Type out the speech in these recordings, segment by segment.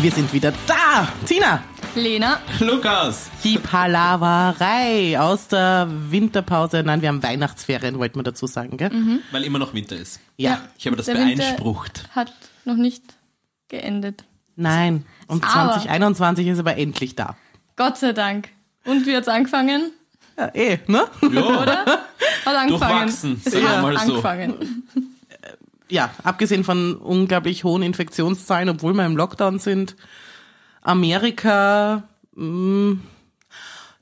Wir sind wieder da. Tina, Lena. Lukas! die Palaverei aus der Winterpause. Nein, wir haben Weihnachtsferien, wollte man dazu sagen, gell? Weil immer noch Winter ist. Mhm. Ja. Ich habe das der Winter beeinsprucht. Hat noch nicht geendet. Nein. Und Aber- 2021 ist aber endlich da. Gott sei Dank. Und wie hat's angefangen? Ja, eh, ne? Ja, Hat angefangen. durchwachsen, Es sagen wir hat mal so. angefangen. Ja, abgesehen von unglaublich hohen Infektionszahlen, obwohl wir im Lockdown sind. Amerika, mm,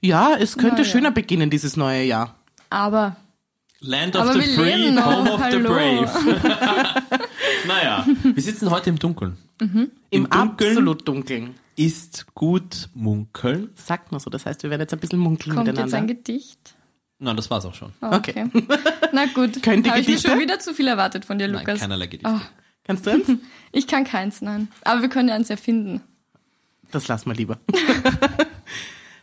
ja, es könnte Na ja. schöner beginnen, dieses neue Jahr. Aber Land of Aber the wir free, leben noch. home of the Hallo. brave. naja, wir sitzen heute im Dunkeln. Im, Dunkeln? absolut Dunkeln. Ist gut munkeln. Sagt man so. Das heißt, wir werden jetzt ein bisschen munkeln kommt jetzt ein miteinander. Gedicht? Na, das war's auch schon. Oh, Okay. Na gut. Könnte Habe ich mir Gedichte? schon wieder zu viel erwartet von dir, Nein, Lukas. keinerlei Gedichte. Oh, Kannst du eins? ich kann keins, nein. Aber wir können ja eins erfinden. Das lassen wir lieber.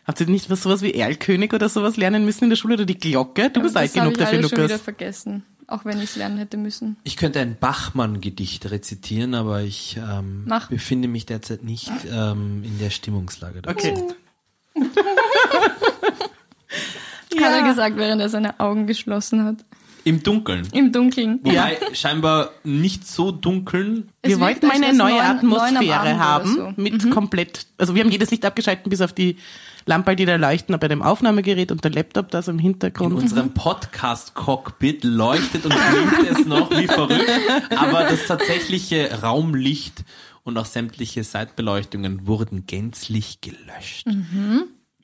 Habt ihr nicht was, sowas wie Erlkönig oder sowas lernen müssen in der Schule oder die Glocke? Du bist Aber alt das habe genug ich dafür, alles schon wieder Lukas. vergessen. Auch wenn ich es lernen hätte müssen. Ich könnte ein Bachmann-Gedicht rezitieren, aber ich ähm, Mach. befinde mich derzeit nicht ähm, in der Stimmungslage. dazu. Okay. Hat er ja. gesagt, während er seine Augen geschlossen hat. Im Dunkeln. Im Dunkeln. Wobei scheinbar nicht so dunkeln. Es Wir wirkt, wollten als eine wär's neue neun- neun am Atmosphäre Abend oder haben so. Mhm. mit komplett, also wir haben jedes Licht abgeschalten, bis auf die Lampen, die da leuchten bei dem Aufnahmegerät und der Laptop da so im In Oh. Hintergrund. unserem Podcast-Cockpit leuchtet und blinkt es noch wie verrückt, aber das tatsächliche Raumlicht und auch sämtliche Seitbeleuchtungen wurden gänzlich gelöscht.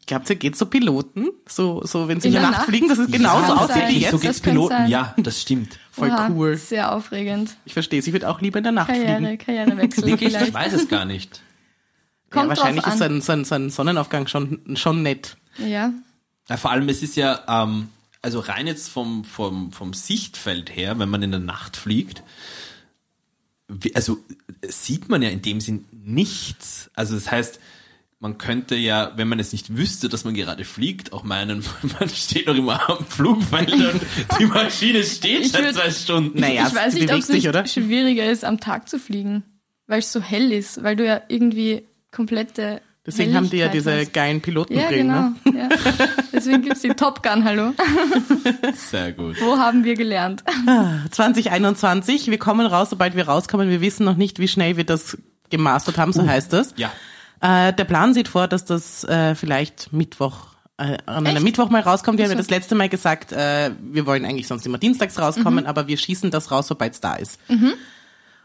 Glaubt ihr, geht so Piloten? So, so wenn sie in der In der Nacht Nacht? fliegen, dass es genauso kann aussieht wie sein. tatsächlich, so jetzt? geht's Das kann Piloten, sein. ja, das stimmt. Voll Oha, cool. Sehr aufregend. Ich verstehe es, ich würde auch lieber in der Nacht fliegen. Karriere, Karrierewechsel Wirklich, ich vielleicht. weiß es gar nicht. Ja, Kommt wahrscheinlich drauf ist so an. ein, so, ein, so ein Sonnenaufgang schon, schon nett. Ja. Ja, vor allem, es ist ja, ähm, also rein jetzt vom, vom, vom Sichtfeld her, wenn man in der Nacht fliegt, wie, also äh, sieht man ja in dem Sinn nichts. Also das heißt, man könnte ja, wenn man es nicht wüsste, dass man gerade fliegt, auch meinen, man steht noch immer am Flugfeld und die Maschine steht Ich seit würd- zwei Stunden. Naja, ich es weiß nicht, ob bewegt es sich, nicht oder? schwieriger ist, am Tag zu fliegen, weil es so hell ist, weil du ja irgendwie komplette Deswegen haben die ja diese Helligkeit geilen hast. Ja, Pilotenbrillen. genau. Ne? Ja. Deswegen gibt's die Top Gun, hallo. Sehr gut. Wo haben wir gelernt? genau. 2021, wir kommen raus, sobald wir rauskommen. Wir wissen noch nicht, wie schnell wir das gemastert haben, Uh, so heißt es. Ja. Äh, der Plan sieht vor, dass das äh, vielleicht Mittwoch, äh, an einem Echt? Mittwoch mal rauskommt. Wir haben ja so. das letzte Mal gesagt, äh, wir wollen eigentlich sonst immer dienstags Mhm. rauskommen, aber wir schießen das raus, sobald es da ist.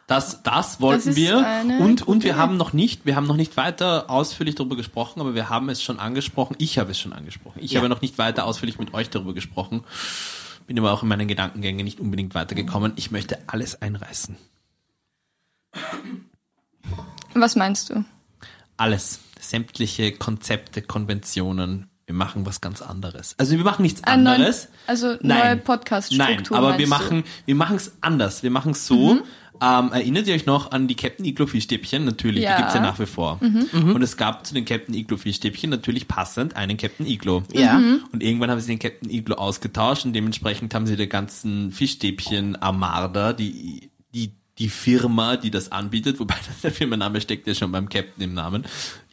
Das, das wollten ist wir. eine Und, und gute wir Idee. haben noch nicht, wir haben noch nicht weiter ausführlich darüber gesprochen, aber wir haben es schon angesprochen. Ich habe es schon angesprochen. Ich Ja. habe noch nicht weiter ausführlich mit euch darüber gesprochen. Bin aber auch in meinen Gedankengängen nicht unbedingt weitergekommen. Ich möchte alles einreißen. Was meinst du? Alles. Sämtliche Konzepte, Konventionen. Wir machen was ganz anderes. Also wir machen nichts Ein neuen- anderes. also neue Nein, Podcast-Struktur, aber meinst du? wir Mhm. machen, wir machen es anders. Wir machen es so. Ähm, erinnert ihr euch noch an die Captain Iglo Fischstäbchen? Natürlich, Ja. Mhm. die gibt's ja nach wie vor. Und es gab zu den Captain Iglo Fischstäbchen natürlich passend einen Captain Iglo. Ja. Mhm. Und irgendwann haben sie den Captain Iglo ausgetauscht und dementsprechend haben sie der ganzen Fischstäbchen Armada, die, die, die Firma, die das anbietet, wobei der Firmenname steckt ja schon beim Captain im Namen,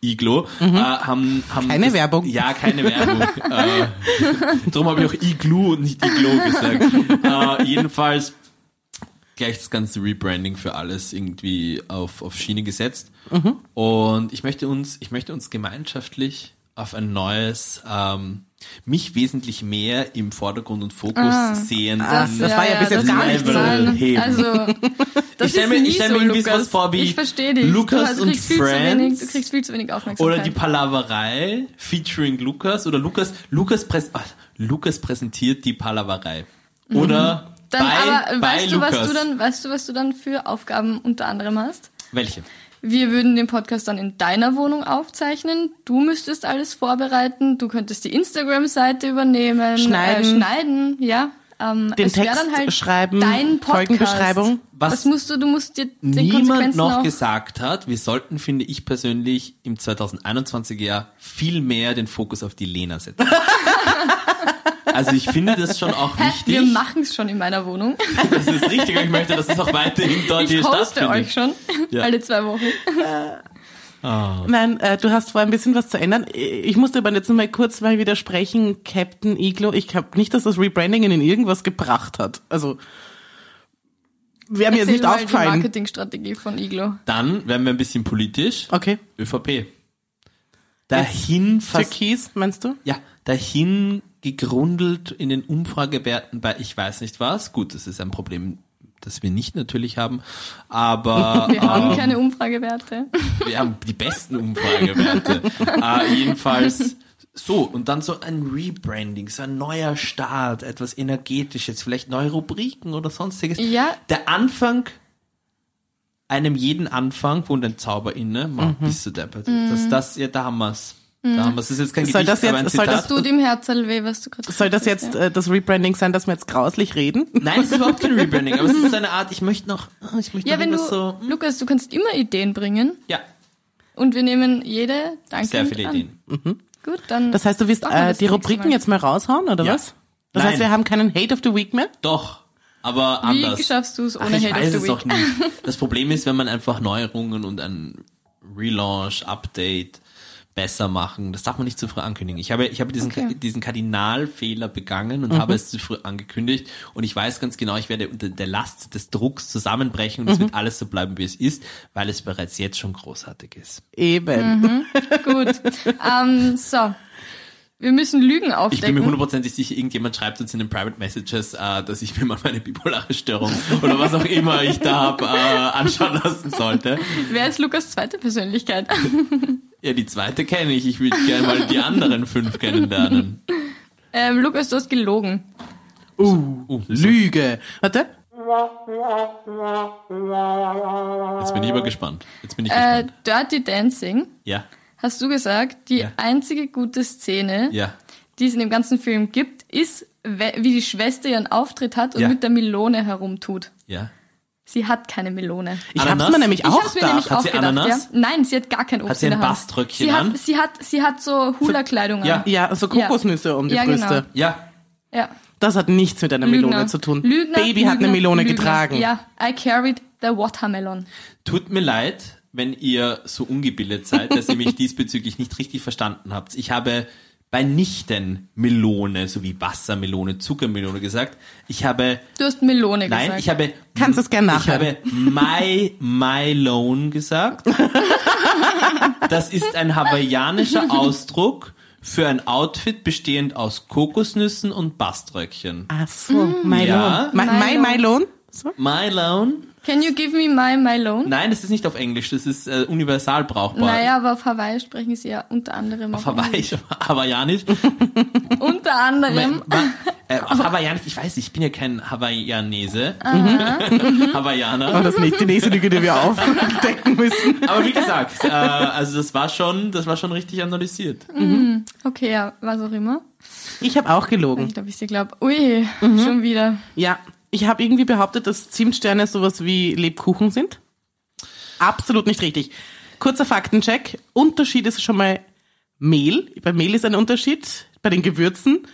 Iglo, Mhm. äh, haben, haben Keine Werbung. Ja, keine Werbung. äh, Darum habe ich auch Iglu und nicht Iglo gesagt. äh, jedenfalls gleich das ganze Rebranding für alles irgendwie auf, auf Schiene gesetzt. Mhm. Und ich möchte uns, ich möchte uns gemeinschaftlich auf ein neues, ähm, mich wesentlich mehr im Vordergrund und Fokus sehen. Ah, Das war ja bis jetzt das gar nicht kann so. Heben. Also, das Ich stell ist mir- nie ich stell mir so, irgendwie Lukas. sowas vor wie ich verstehe dich. Lukas du hast, und kriegst viel zu wenig, du Friends. kriegst viel zu wenig Aufmerksamkeit. Oder die Palaverei featuring Lukas oder Lukas Lukas präs ah, Lukas präsentiert die Palaverei. Oder Mhm. dann, bei, aber äh, bei weißt du, Lukas. was du dann, weißt du, was du dann für Aufgaben unter anderem hast? Welche? Wir würden den Podcast dann in deiner Wohnung aufzeichnen. Du müsstest alles vorbereiten. Du könntest die Instagram-Seite übernehmen. Schneiden. Äh, schneiden, ja. Ähm, Den es wär Text dann halt schreiben, dein Podcast. Folgenbeschreibung. Was- Was das musst du, du musst dir den niemand Konsequenzen noch auch... gesagt hat, wir sollten, finde ich persönlich, im 2021 Jahr viel mehr den Fokus auf die Lena setzen. also ich finde das schon auch Hä? wichtig. Wir machen es schon in meiner Wohnung. das ist richtig, aber ich möchte, dass es auch weiterhin dort Ich hier hoste stattfindet. euch schon Ja. alle zwei Wochen. Nein, äh, du hast vor, ein bisschen was zu ändern. Ich musste aber jetzt mal kurz mal widersprechen, Captain Iglo. Ich glaube nicht, dass das Rebranding ihnen irgendwas gebracht hat. Also, wäre mir jetzt Erzähl nicht mal die aufgefallen. Marketingstrategie von Iglo. Dann werden wir ein bisschen politisch. Okay. ÖVP. Dahin fast, Türkis, meinst du? ja, dahin gegrundelt in den Umfragewerten bei ich weiß nicht was. Gut, das ist ein Problem, das wir nicht natürlich haben, aber äh, Wir Ah. haben keine Umfragewerte. Wir haben die besten Umfragewerte. äh, jedenfalls so, und dann so ein Rebranding, so ein neuer Start, etwas Energetisches, vielleicht neue Rubriken oder sonstiges. Ja. Der Anfang, einem jeden Anfang wohnt ein Zauber inne. Mhm. Man, bist du deppert. Das, das, ja, da haben wir's. Da haben wir's. Das ist jetzt kein Soll Gedicht, das jetzt- aber ein soll Zitat. das Das tut im Herzl weh, was du gerade Soll das gesagt hast, jetzt ja. äh, das Rebranding sein, dass wir jetzt grauslich reden? Nein, es ist überhaupt kein Rebranding, aber es ist so eine Art, ich möchte noch, oh, ich möchte Ja, noch wenn du, irgendwas so, hm? Lukas, du kannst immer Ideen bringen ja, und wir nehmen jede, danke. sehr viele an. Ideen. Gut, dann. Das heißt, du willst Machen wir äh, das die nächste Rubriken Mal. jetzt mal raushauen, oder Ja. was? Das heißt, Nein. wir haben keinen Hate of the Week mehr? Doch, aber wie anders. schaffst du es Ach, ohne ich Hate of weiß the es Week? doch nicht. Das Problem ist, wenn man einfach Neuerungen und ein Relaunch, Update besser machen, das darf man nicht zu früh ankündigen. Ich habe, ich habe diesen, Okay. Mhm. diesen Kardinalfehler begangen und habe es zu früh angekündigt und ich weiß ganz genau, ich werde unter der Last des Drucks zusammenbrechen und Mhm. es wird alles so bleiben, wie es ist, weil es bereits jetzt schon großartig ist. Eben. Mhm. Gut. Ähm, so. Wir müssen Lügen Ich bin mir aufdecken. hundertprozentig sicher, irgendjemand schreibt uns in den Private Messages, äh, dass ich mir mal meine bipolare Störung oder was auch immer ich da habe, äh, anschauen lassen sollte. Wer ist Lukas zweite Persönlichkeit? Ja, die zweite kenne ich. Ich würde gerne mal die anderen fünf kennenlernen. ähm, Lukas, du hast gelogen. Uh, Lüge. Warte. jetzt bin ich Oh. aber gespannt. Jetzt bin ich Äh, gespannt. Dirty Dancing, Ja, hast du gesagt, die Ja. einzige gute Szene, ja. die es in dem ganzen Film gibt, ist, we- wie die Schwester ihren Auftritt hat und Ja. mit der Melone herumtut. Ja. Sie hat keine Melone. Ich Ananas? hab's mir nämlich Ich auch hab's mir gedacht. nämlich Hat auch sie gedacht, Ananas? ja. Nein, sie hat gar kein Obst Hat sie in der ein Hand. Baströckchen sie hat, an? Sie hat, sie hat so Hula-Kleidung Ja. an. Ja, so Kokosnüsse um die Ja, genau. Brüste. Ja. Ja. Das hat nichts mit einer Lügner. Melone zu tun. Lügner, Baby hat eine Lügner, Melone Lügner. getragen. Ja, I carried the watermelon. Tut mir leid, wenn ihr so ungebildet seid, dass ihr mich diesbezüglich nicht richtig verstanden habt. Ich habe mitnichten Melone sowie Wassermelone, Zuckermelone gesagt. Ich habe, Du hast Melone nein, gesagt. ich habe, Kannst es gerne ich nachhören. habe My, Mylone gesagt. Das ist ein hawaiianischer Ausdruck für ein Outfit bestehend aus Kokosnüssen und Baströckchen. Ach so, Mylon. Ja. Mhm. My, my Mylon? So? Mylone? Can you give me my melon? Nein, das ist nicht auf Englisch, das ist äh, universal brauchbar. Naja, aber auf Hawaii sprechen sie ja unter anderem Auf auch Englisch. Hawaii, hawaiianisch. Unter anderem. Äh, auf hawaiianisch, ich weiß nicht, ich bin ja kein Hawaiianese. Mhm. Mhm. Hawaiianer. War Oh, das nicht die nächste Lüge, die wir aufdecken müssen? Aber wie gesagt, äh, also das war schon, das war schon richtig analysiert. Okay, ja, was auch immer. Ich habe auch gelogen. Ich glaube, ich sie glaube. Ui, Mhm. schon wieder. Ja, ich habe irgendwie behauptet, dass Zimtsterne sowas wie Lebkuchen sind. Absolut nicht richtig. Kurzer Faktencheck. Unterschied ist schon mal Mehl. Bei Mehl ist ein Unterschied. Bei den Gewürzen.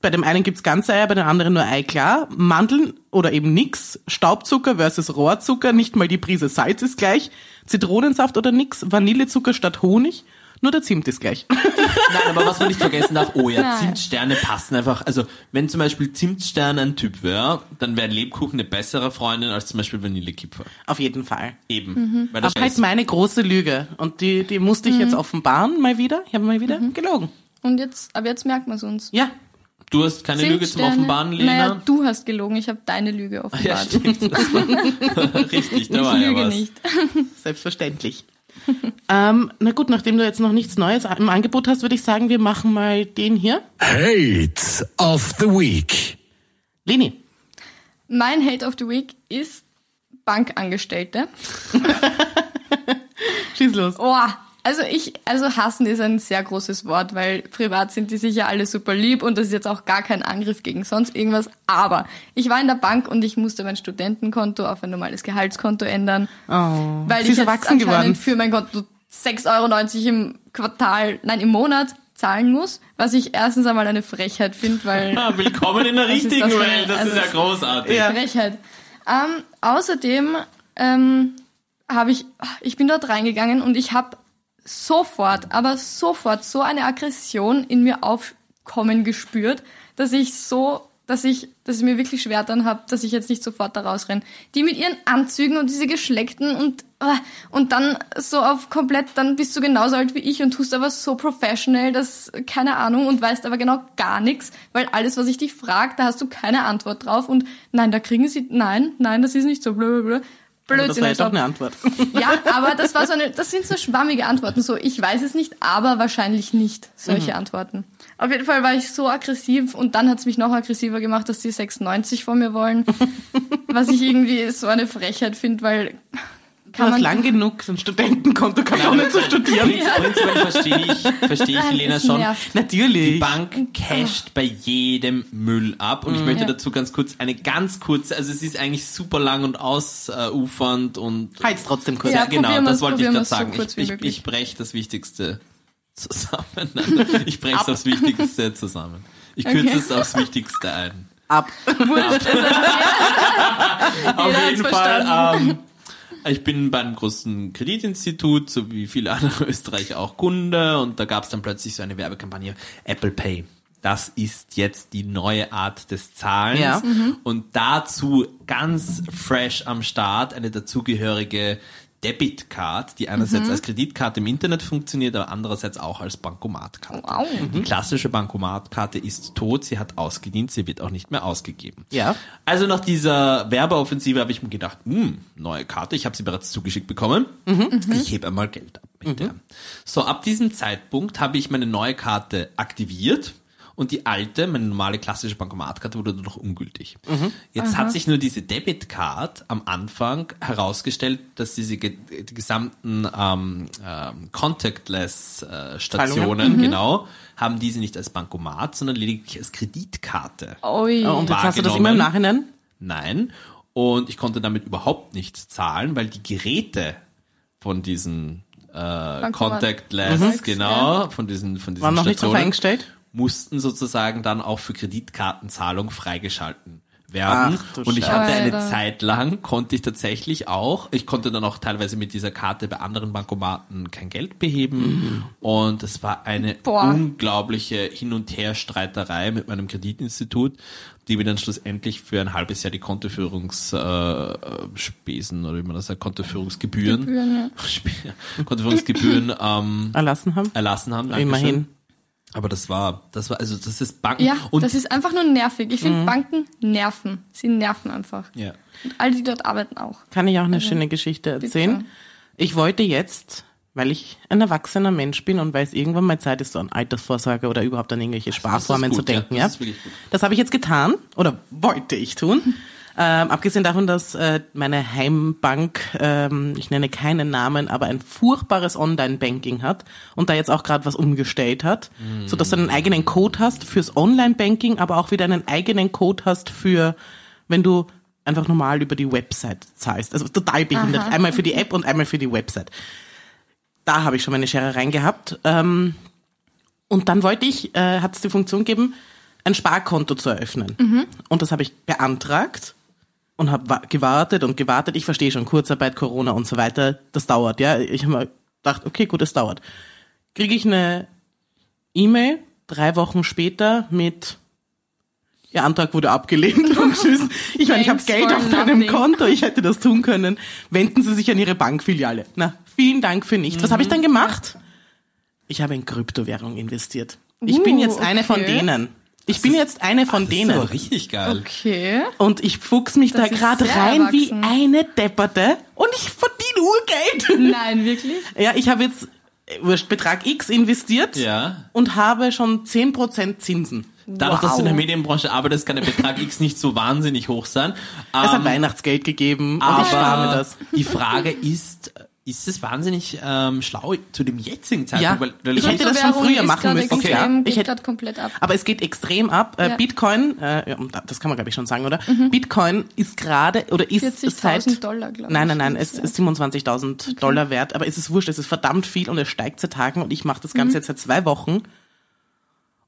Bei dem einen gibt's ganze Eier, bei dem anderen nur Eiklar. Mandeln oder eben nix. Staubzucker versus Rohrzucker. Nicht mal die Prise Salz ist gleich. Zitronensaft oder nix. Vanillezucker statt Honig. Nur der Zimt ist gleich. Nein, aber was man nicht vergessen darf, oh ja, Nein. Zimtsterne passen einfach. Also, wenn zum Beispiel Zimtstern ein Typ wäre, dann wäre Lebkuchen eine bessere Freundin als zum Beispiel Vanillekipferl. Auf jeden Fall. Eben. Mhm. Weil das Aber halt ist. meine große Lüge. Und die, die musste ich jetzt offenbaren, mal wieder. Ich habe mal wieder Mhm. gelogen. Und jetzt, aber jetzt merkt man es uns. Ja. Du hast keine Lüge zum Zimtsterne. Offenbaren, Lena? Naja, du hast gelogen. Ich habe deine Lüge ja, offenbart. stimmt. Das war richtig, da ich war ja lüge was. nicht. Selbstverständlich. ähm, na gut, nachdem du jetzt noch nichts Neues im Angebot hast, würde ich sagen, wir machen mal den hier. Hate of the Week. Leni. Mein Hate of the Week ist Bankangestellte. Schieß los. Oh, also ich, also hassen ist ein sehr großes Wort, weil privat sind die sicher alle super lieb und das ist jetzt auch gar kein Angriff gegen sonst irgendwas. Aber ich war in der Bank und ich musste mein Studentenkonto auf ein normales Gehaltskonto ändern, Oh. weil Sie ich ist jetzt erwachsen anscheinend geworden. für mein Konto 6,90 Euro im Quartal, nein, im Monat zahlen muss, was ich erstens einmal eine Frechheit finde, weil Ah, willkommen in der Was ist richtigen das für eine- Welt, das also ist ja das- großartig. Ja. Frechheit. Ähm, außerdem ähm, habe ich, ich bin dort reingegangen und ich habe sofort, aber sofort so eine Aggression in mir aufkommen gespürt, dass ich so, dass ich, dass es mir wirklich schwer dann habe, dass ich jetzt nicht sofort da rausrenne. Die mit ihren Anzügen und diese Geschleckten und ah, und dann so auf komplett, dann bist du genauso alt wie ich und tust aber so professional, dass keine Ahnung und weißt aber genau gar nichts, weil alles, was ich dich frag, da hast du keine Antwort drauf und nein, da kriegen sie, nein, nein, das ist nicht so, blablabla. Aber das Blödsinn. war jetzt auch also- eine Antwort. ja, aber das war so eine, das sind so schwammige Antworten. So, ich weiß es nicht, aber wahrscheinlich nicht. Solche Mhm. Antworten. Auf jeden Fall war ich so aggressiv und dann hat's mich noch aggressiver gemacht, dass die 96 von mir wollen. was ich irgendwie so eine Frechheit finde, weil Kann kann man man. lang genug ein Studentenkonto gehabt, ohne zu studieren. Prinzipiell verstehe ich, verstehe ich Nein, Lena es schon. nervt. Die Natürlich. Bank casht bei jedem Müll ab und ich möchte Mhm. Ja. dazu ganz kurz eine ganz kurze, also es ist eigentlich super lang und ausufernd und Halt's Halt trotzdem kurz. Ja, Ja, genau, probieren wir's- das wollte ich probieren gerade wir's so sagen. kurz wie ich ich, möglich. ich breche das Wichtigste zusammen. Also Ich breche das Wichtigste zusammen. Ich kürze Okay. es aufs Wichtigste ein. Ab. Auf hat's jeden Fall. Ähm, ich bin bei einem großen Kreditinstitut, so wie viele andere Österreicher auch Kunde, und da gab es dann plötzlich so eine Werbekampagne Apple Pay. Das ist jetzt die neue Art des Zahlens. Ja. Und dazu ganz fresh am Start eine dazugehörige Debitcard, die einerseits als Kreditkarte im Internet funktioniert, aber andererseits auch als Bankomatkarte. Wow. Die klassische Bankomatkarte ist tot, sie hat ausgedient, sie wird auch nicht mehr ausgegeben. Ja. Also nach dieser Werbeoffensive habe ich mir gedacht, hm, neue Karte, ich habe sie bereits zugeschickt bekommen. Ich hebe einmal Geld ab mit der. So, ab diesem Zeitpunkt habe ich meine neue Karte aktiviert und die alte, meine normale klassische Bankomatkarte wurde nur noch ungültig. Jetzt hat sich nur diese Debitcard am Anfang herausgestellt, dass diese ge die gesamten ähm, ähm, äh, Contactless-Stationen, genau, haben diese nicht als Bankomat, sondern lediglich als Kreditkarte. Ui. Und jetzt hast du das immer im Nachhinein? Nein. Und ich konnte damit überhaupt nichts zahlen, weil die Geräte von diesen äh, Contactless, Mhm. genau, von diesen, von diesen Waren noch nicht drauf Stationen, eingestellt? mussten sozusagen dann auch für Kreditkartenzahlung freigeschalten werden. Ach, du und ich hatte eine Alter. Zeit lang, konnte ich tatsächlich auch, ich konnte dann auch teilweise mit dieser Karte bei anderen Bankomaten kein Geld Mhm. beheben. Und es war eine Boah. unglaubliche Hin- und Her-Streiterei mit meinem Kreditinstitut, die mir dann schlussendlich für ein halbes Jahr die Kontoführungsspesen äh, Spesen, oder wie man das sagt, Kontoführungsgebühren, Gebühren, Kontoführungsgebühren ähm, Erlassen haben? erlassen haben. Dankeschön. Immerhin. Aber das war, das war, also das ist Banken. Ja, und das ist einfach nur nervig. Ich Mhm. finde Banken nerven. Sie nerven einfach. ja. Und alle, die dort arbeiten, auch. Kann ich auch eine schöne Geschichte erzählen? Ich wollte jetzt, weil ich ein erwachsener Mensch bin und weil es irgendwann mal Zeit ist, so an Altersvorsorge oder überhaupt an irgendwelche Also das ist Sparformen gut, zu denken. ja, das Ja, ist wirklich gut. Das habe ich jetzt getan oder wollte ich tun. Ähm, abgesehen davon, dass äh, meine Heimbank, ähm, ich nenne keinen Namen, aber ein furchtbares Online-Banking hat und da jetzt auch gerade was umgestellt hat, so dass du einen eigenen Code hast fürs Online-Banking, aber auch wieder einen eigenen Code hast für, wenn du einfach normal über die Website zahlst. Also total behindert. Einmal für die App und einmal für die Website. Da habe ich schon meine Schere reingehabt. Ähm, und dann wollte ich, äh, hat es die Funktion gegeben, ein Sparkonto zu eröffnen. Mhm. Und das habe ich beantragt und habe gewartet und gewartet. Ich verstehe schon, Kurzarbeit, Corona und so weiter, das dauert. Ja, ich habe mir gedacht, okay, gut, das dauert. Kriege ich eine E-Mail drei Wochen später mit Ihr Antrag wurde abgelehnt und tschüss. Ich meine, ich habe Thanks Geld for auf meinem nothing. Konto, ich hätte das tun können. Wenden Sie sich an Ihre Bankfiliale. Na, vielen Dank für nichts. Was habe ich Mhm. dann gemacht? Ich habe in Kryptowährung investiert. Ich bin Uh, jetzt eine von okay. denen. Ich bin jetzt eine von Das ist denen. aber richtig geil. Okay. Und ich fuchs mich Das da ist gerade sehr rein wie erwachsen. eine Depperte und ich verdiene Urgeld. Nein, wirklich? ja, ich habe jetzt äh, wurscht Betrag X investiert Ja. und habe schon 10% Zinsen. Dadurch, dass du in der Wow. Medienbranche arbeitest, kann der Betrag X nicht so wahnsinnig hoch sein. Es hat Ähm, Weihnachtsgeld gegeben und ich spare mir aber das. die Frage ist, ist es wahnsinnig ähm, schlau zu dem jetzigen Ja, Zeitpunkt? Weil, weil ich hätte das schon Kryptowährung früher ist machen gerade müssen. extrem, Ja, ich geht hätte grad komplett ab. Aber es geht extrem ab. Äh, Ja. Bitcoin, äh, ja, und da- das kann man glaube ich schon sagen, oder? Bitcoin ist gerade oder ist 40.000 seit Dollar, glaub Nein, ich, nein, nein, ist es ist 27.000 Dollar wert, aber es ist wurscht, es ist verdammt viel und es steigt seit Tagen und ich mache das Mhm. Ganze jetzt seit zwei Wochen.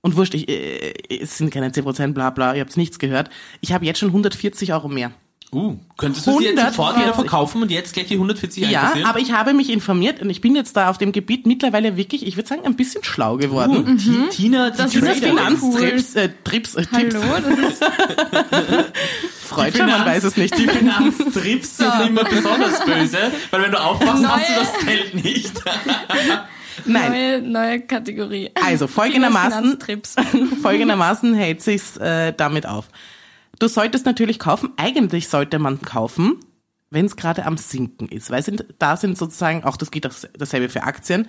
Und wurscht, ich, äh, es sind keine 10 Prozent, bla bla, ihr habt nichts gehört. Ich habe jetzt schon 140 Euro mehr. Uh, könntest du sie jetzt sofort wieder 140. verkaufen und jetzt gleich die 140 Ja, einkassieren? aber ich habe mich informiert und ich bin jetzt da auf dem Gebiet mittlerweile wirklich, ich würde sagen, ein bisschen schlau geworden. uh, Ti- Tina, die Das Dieser ist Trader. Finanz- Finanztrips, äh, Trips, äh, Tipps, Hallo, das ist Freude, man weiß es nicht. Die Finanztrips sind So. immer besonders böse, weil wenn du aufpasst, hast du Neue- das Geld nicht. Nein. neue, neue Kategorie. Also folgendermaßen, Finanztrips. folgendermaßen hält sich's äh, damit auf. Du solltest natürlich kaufen. Eigentlich sollte man kaufen, wenn es gerade am sinken ist, weil sind, da sind sozusagen auch das geht auch dasselbe für Aktien.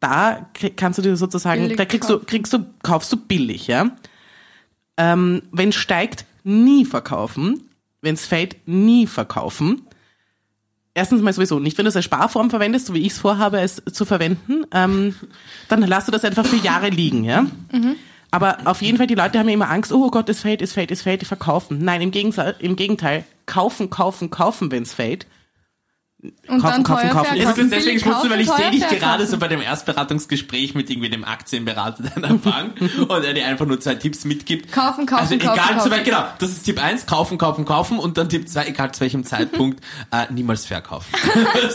Da krieg, kannst du dir sozusagen, Billig da kriegst du kaufen. kriegst du kaufst du billig, ja. Ähm, wenn steigt, nie verkaufen. Wenn es fällt, nie verkaufen. Erstens mal sowieso nicht. Wenn du es als Sparform verwendest, so wie ich es vorhabe, es zu verwenden, ähm, dann lass du das einfach für Jahre liegen, ja? Aber auf jeden Fall, die Leute haben ja immer Angst, oh Gott, es fällt, es fällt, es fällt, verkaufen. Nein, im Gegenteil, im Gegenteil kaufen, kaufen, kaufen, wenn es fällt. Und Kaufen, dann kaufen, teuer kaufen. verkaufen. Ja, Das ist deswegen Billig schmutzig, weil ich kaufen, sehe dich teuer gerade verkaufen. so bei dem Erstberatungsgespräch mit irgendwie dem Aktienberater deiner Bank und er dir einfach nur zwei Tipps mitgibt. Kaufen, kaufen, also kaufen, egal zu kaufen. welchem, genau, das ist Tipp 1, kaufen, kaufen, kaufen und dann Tipp 2, egal zu welchem Zeitpunkt, äh, niemals verkaufen.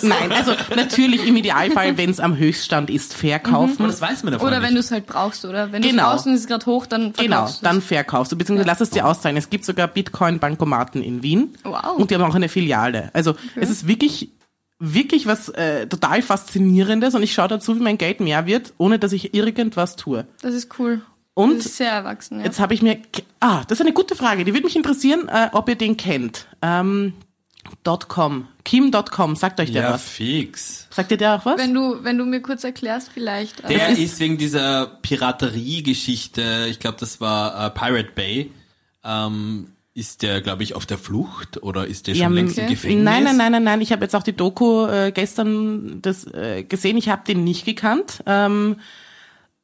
Nein, also natürlich im Idealfall, wenn es am Höchststand ist, verkaufen. Mhm. Und das weiß man davon Oder wenn du nicht. es halt brauchst, oder? Wenn du es Genau. brauchst und es ist gerade hoch, Genau, dann verkaufst dann du's. verkaufst du, beziehungsweise lass es dir auszahlen. Es gibt sogar Bitcoin-Bankomaten in Wien. Wow. Und die haben auch eine Filiale. Also es ist wirklich, wirklich was äh, total Faszinierendes und ich schaue dazu, wie mein Geld mehr wird, ohne dass ich irgendwas tue. Das ist cool. Und Das ist sehr erwachsen, ja. Jetzt habe ich mir. Ah, das ist eine gute Frage. Die würde mich interessieren, äh, ob ihr den kennt. Ähm, .com. Kim.com, sagt euch der Ja, was? fix. Sagt ihr der auch was? Wenn du, wenn du mir kurz erklärst, vielleicht. Der Also, ist, wegen dieser Piraterie-Geschichte, ich glaube, das war äh, Pirate Bay, ähm, ist der, glaube ich, auf der Flucht oder ist der schon Ja, längst im okay. Gefängnis? Nein, nein, nein, nein, nein. Ich habe jetzt auch die Doku äh, gestern das, äh, gesehen. Ich habe den nicht gekannt. Ähm,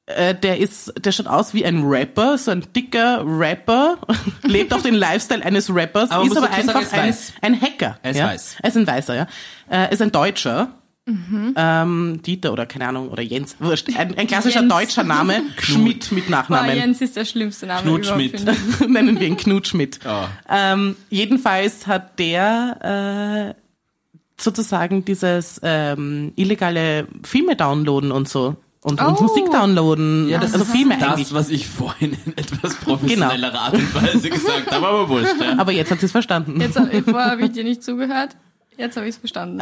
äh, der ist, der schaut aus wie ein Rapper, so ein dicker Rapper, lebt auch den Lifestyle eines Rappers, Aber man ist muss aber dazu sagen, einfach er ist ein, weiß. ein Hacker. Er ist ja? weiß. Er ist ein Weißer, ja. Äh, ist ein Deutscher. Mhm. Ähm, Dieter oder keine Ahnung, oder Jens, wurscht. Ein, ein klassischer Jens. deutscher Name, Schmidt mit Boah, Nachnamen Ah, Jens ist der schlimmste Name Knut überhaupt, Schmidt. finde ich. nennen wir ihn Knut Schmidt. Ja. Ähm, jedenfalls hat der äh, sozusagen dieses ähm, illegale Filme downloaden und so und, und Oh. Musik downloaden, ja, das also ist Filme das, eigentlich. Genau. was ich vorhin in etwas professionellerer Art und Weise gesagt habe, aber wurscht. Ja. Aber jetzt hat sie es verstanden. Jetzt, hab- vorher habe ich dir nicht zugehört. Jetzt habe ich es verstanden.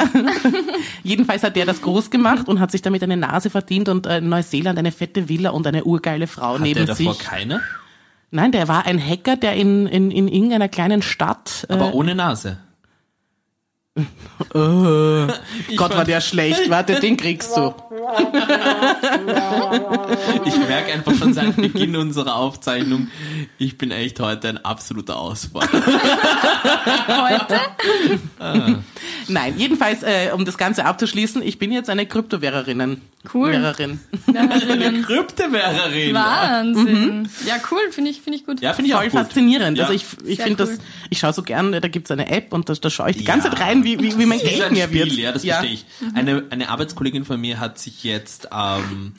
Jedenfalls hat der das groß gemacht und hat sich damit eine Nase verdient und äh, in Neuseeland eine fette Villa und eine urgeile Frau Hat neben der davor sich. keine? Nein, der war ein Hacker, der in, in, in irgendeiner kleinen Stadt. äh, Aber ohne Nase. Gott, war der schlecht. Warte, den kriegst du. Ich merke einfach schon seit Beginn unserer Aufzeichnung, ich bin echt heute ein absoluter Ausfall. Heute? Nein, jedenfalls, äh, um das Ganze abzuschließen, ich bin jetzt eine Kryptowährerin. Cool. Währerin. Eine Kryptowährerin. Wahnsinn. Mhm. Ja, cool, finde ich, finde ich gut. Ja, finde ich auch Voll gut. faszinierend. Ja. Also ich, ich Sehr finde cool. das, ich schaue so gern, äh, da gibt's eine App und da, da schaue ich die Ja. ganze Zeit rein, wie, wie, wie mein Das ist Geld ein mehr Spiel, wird. ja, das verstehe ich. Mhm. Eine, eine Arbeitskollegin von mir hat sich jetzt, ähm,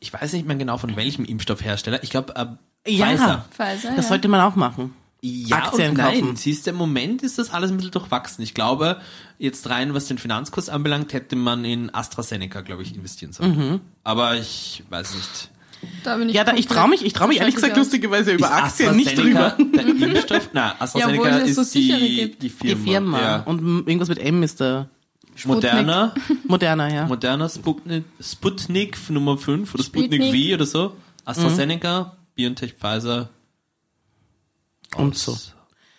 ich weiß nicht mehr genau von welchem Impfstoffhersteller, ich glaube, äh, Ah, Ja. Pfizer. Pfizer, Das ja. sollte man auch machen. Ja, Aktien und nein, kaufen. siehst du, im Moment ist das alles ein bisschen durchwachsen. Ich glaube, jetzt rein, was den Finanzkurs anbelangt, hätte man in AstraZeneca, glaube ich, investieren sollen. Mhm. Aber ich weiß nicht. da bin ich Ja, da, ich komplett- traue mich, ich traue mich ehrlich Scheiße, gesagt lustigerweise über Aktien nicht AstraZeneca drüber. Der Impfstoff? Nein, AstraZeneca Ja, obwohl es ist so sichere die, gibt. die Firma. Die Firma. Ja. Und m- irgendwas mit M ist der Moderna, moderner, ja. Moderna Sputnik, Sputnik Nummer 5 oder Sputnik, Sputnik. V oder so. AstraZeneca, BioNTech, Pfizer. Und so.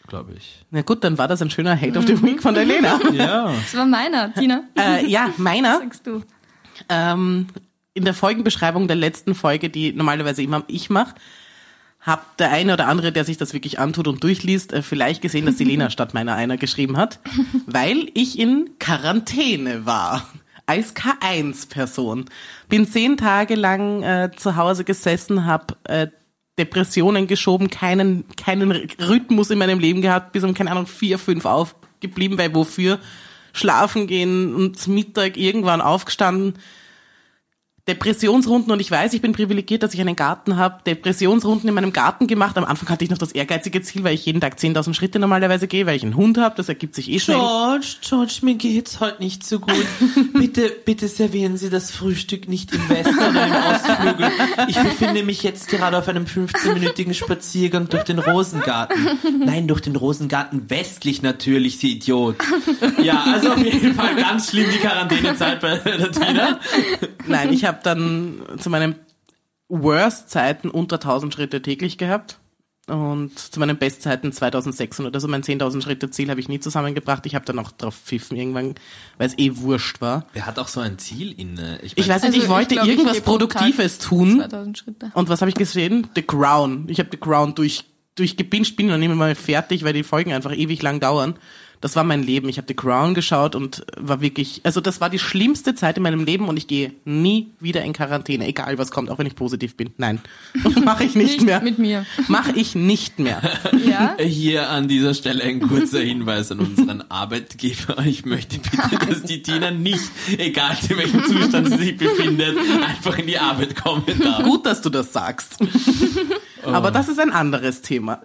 Glaube ich. Na gut, dann war das ein schöner Hate of the Week von der Lena. Ja. Das war meiner, Tina. Mhm. äh, ja, meiner. Sagst du. ähm, in der Folgenbeschreibung der letzten Folge, die normalerweise immer ich mache, habt der eine oder andere, der sich das wirklich antut und durchliest, äh, vielleicht gesehen, dass die Lena statt meiner einer geschrieben hat, weil ich in Quarantäne war. Als K1-Person. Bin zehn Tage lang äh, zu Hause gesessen, habe äh, Depressionen geschoben, keinen, keinen Rhythmus in meinem Leben gehabt, bis um, keine Ahnung, vier, fünf aufgeblieben, weil wofür? Schlafen gehen und zum Mittag irgendwann aufgestanden Depressionsrunden und ich weiß, ich bin privilegiert, dass ich einen Garten habe. Depressionsrunden in meinem Garten gemacht. Am Anfang hatte ich noch das ehrgeizige Ziel, weil ich jeden Tag 10.000 Schritte normalerweise gehe, weil ich einen Hund habe. Das ergibt sich eh schnell. George, George, mir geht's heute nicht so gut. Bitte, bitte servieren Sie das Frühstück nicht im Westen oder im Ostflügel. Ich befinde mich jetzt gerade auf einem 15-minütigen Spaziergang durch den Rosengarten. Nein, durch den Rosengarten westlich natürlich, Sie Idiot. Ja, also auf jeden Fall ganz schlimm die Quarantänezeit bei der Tina. Nein, ich habe dann zu meinen Worst-Zeiten unter 1000 Schritte täglich gehabt und zu meinen Bestzeiten 2600. Also mein 10.000 Schritte Ziel habe ich nie zusammengebracht. Ich habe dann auch drauf pfiffen irgendwann, weil es eh wurscht war. Wer hat auch so ein Ziel inne? Ich weiß nicht, Also ich wollte ich glaub, ich irgendwas geh pro Tag Produktives tun 2000 Schritte. und was habe ich gesehen? The Crown. Ich habe The Crown durch durchgepinscht bin und immer mal fertig, weil die Folgen einfach ewig lang dauern. Das war mein Leben. Ich habe The Crown geschaut und war wirklich, also das war die schlimmste Zeit in meinem Leben und ich gehe nie wieder in Quarantäne, egal was kommt, auch wenn ich positiv bin. Nein, mache ich nicht, Nicht mehr. mit mir. Mache ich nicht mehr. Ja? Hier an dieser Stelle ein kurzer Hinweis an unseren Arbeitgeber. Ich möchte bitte, dass die Tina nicht, egal in welchem Zustand sie sich befindet, einfach in die Arbeit kommen darf. Gut, dass du das sagst. Oh. Aber das ist ein anderes Thema.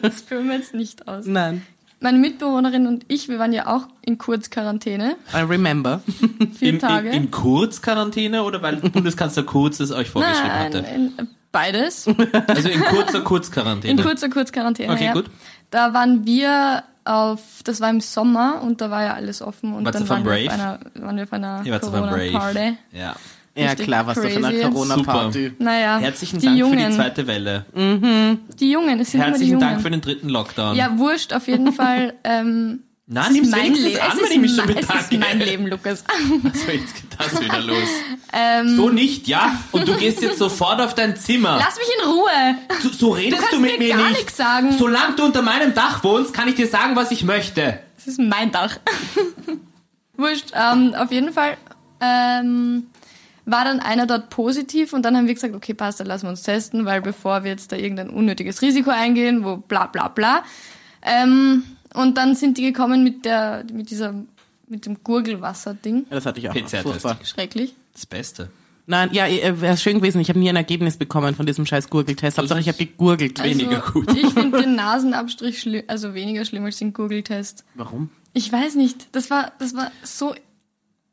Das führen wir jetzt nicht aus. Nein. Meine Mitbewohnerin und ich, wir waren ja auch in Kurzquarantäne. I remember. Vier In, in, Tage. in Kurzquarantäne oder weil Bundeskanzler Kurz es euch vorgeschrieben Nein, hatte? in, äh, beides. Also in kurzer In Kurzquarantäne. kurzer Kurzquarantäne. Okay, ja. gut. Da waren wir auf, das war im Sommer und da war ja alles offen und Warst dann du waren von wir, auf Brave? einer, waren wir auf einer Ihr wart so beim Corona-Party. Brave. Ja. Ja, Richtig klar, was da für eine crazy. Corona-Party. Naja, Herzlichen die Dank Jungen, für die zweite Welle. die Jungen, es sind Herzlichen immer die Jungen. Dank für den dritten Lockdown. ja, wurscht, auf jeden Fall. Ähm, Na, es ist nimm's mein Ah, wenigstens Leben. an, Es wenn ist ich mich schon mein- Es bedanke. ist mein Leben, Lukas. So, jetzt geht das wieder los. Ähm, So nicht, ja? Und du gehst jetzt sofort auf dein Zimmer. Lass mich in Ruhe. so, so redest kannst du mit mir mir gar nicht. nichts sagen. Solange du unter meinem Dach wohnst, kann ich dir sagen, was ich möchte. Das ist mein Dach. Wurscht. Ähm, auf jeden Fall ähm, war dann einer dort positiv und dann haben wir gesagt, okay, passt, dann lassen wir uns testen, weil bevor wir jetzt da irgendein unnötiges Risiko eingehen, wo bla bla bla. Ähm, und dann sind die gekommen mit der, mit dieser, mit dem Gurgelwasser-Ding. Ja, das hatte ich auch. Pizzatest. Furchtbar. Schrecklich. Das Beste. Nein, ja, wäre schön gewesen. Ich habe nie ein Ergebnis bekommen von diesem scheiß Gurgeltest. Hauptsache, Also ich habe gegurgelt. Weniger gut. Also, Ich finde den Nasenabstrich schli also weniger schlimm als den Gurgeltest. Warum? Ich weiß nicht. Das war, das war so, Der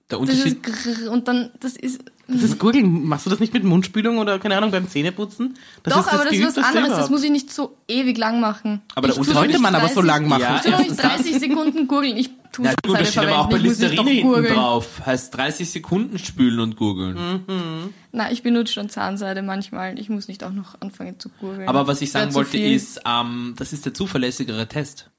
das Unterschied. ist grrr und dann, das ist, Das ist Gurgeln. Machst du das nicht mit Mundspülung oder, keine Ahnung, beim Zähneputzen? Das Doch, aber das ist was geübteste anderes. Das überhaupt. muss ich nicht so ewig lang machen. Aber der ich tu Unterschied Sollte doch man nicht aber so 30 lang machen. Ja, Ich tu doch nicht erstens das. 30 Sekunden gurgeln. Ich tue Na gut, da steht aber auch bei Listerine hinten gurgeln. Mhm. drauf. Heißt 30 Sekunden spülen und gurgeln. Na, ich benutze schon Zahnseide manchmal. Ich muss nicht auch noch anfangen zu gurgeln. Aber was ich Wär sagen zu wollte viel. ist, ähm, das ist der zuverlässigere Test.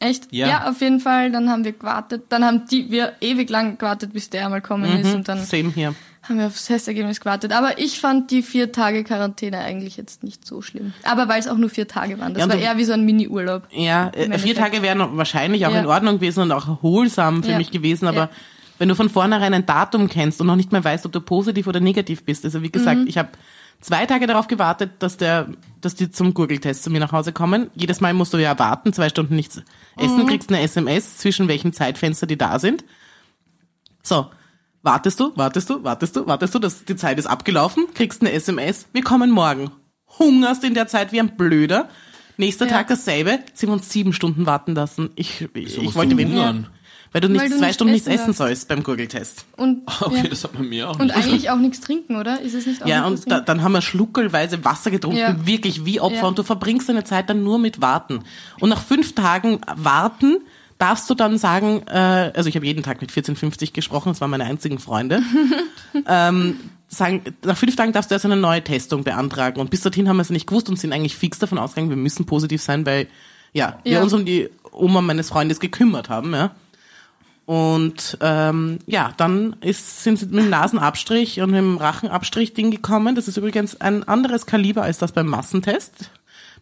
Echt? Ja. Ja. auf jeden Fall. Dann haben wir gewartet. Dann haben die, wir ewig lang gewartet, bis der einmal gekommen Mhm. ist. Und dann Same hier. haben wir aufs Testergebnis gewartet. Aber ich fand die vier Tage Quarantäne eigentlich jetzt nicht so schlimm. Aber weil es auch nur vier Tage waren. Das Ja, und war du- eher wie so ein Mini-Urlaub. Ja, Im äh, vier Endeffekt. Tage wären wahrscheinlich auch Ja. in Ordnung gewesen und auch erholsam für Ja. mich gewesen, aber Ja. wenn du von vornherein ein Datum kennst und noch nicht mal weißt, ob du positiv oder negativ bist, also wie Mhm. gesagt, ich habe zwei Tage darauf gewartet, dass der, dass die zum Gurgeltest zu mir nach Hause kommen. Jedes Mal musst du ja warten, zwei Stunden nichts Mhm. essen, kriegst eine SMS, zwischen welchem Zeitfenster die da sind. So. Wartest du, wartest du, wartest du, wartest du, das, die Zeit ist abgelaufen, kriegst eine SMS, wir kommen morgen. Hungerst in der Zeit wie ein Blöder. Nächster Ja. Tag dasselbe, sind wir uns sieben Stunden warten lassen. Ich, ich, musst ich wollte du wen hungern? Weil du nicht Weil du zwei nicht Stunden essen nichts essen darfst. sollst beim Gurgeltest. Und, Okay, ja. das hat man mir auch und nicht. eigentlich auch nichts trinken, oder? Ist es nicht auch Ja, nicht was und trinken? da, dann haben wir schluckelweise Wasser getrunken, Ja. wirklich wie Opfer. Ja. Und du verbringst deine Zeit dann nur mit Warten. Und nach fünf Tagen Warten darfst du dann sagen, äh, also ich habe jeden Tag mit 1450 gesprochen, das waren meine einzigen Freunde. Ähm, sagen, nach fünf Tagen darfst du erst eine neue Testung beantragen. Und bis dorthin haben wir es nicht gewusst und sind eigentlich fix davon ausgegangen, wir müssen positiv sein, weil ja, wir Ja. uns um die Oma meines Freundes gekümmert haben, ja. Und ähm, ja, dann ist, sind sie mit dem Nasenabstrich und mit dem Rachenabstrich-Ding gekommen. Das ist übrigens ein anderes Kaliber als das beim Massentest.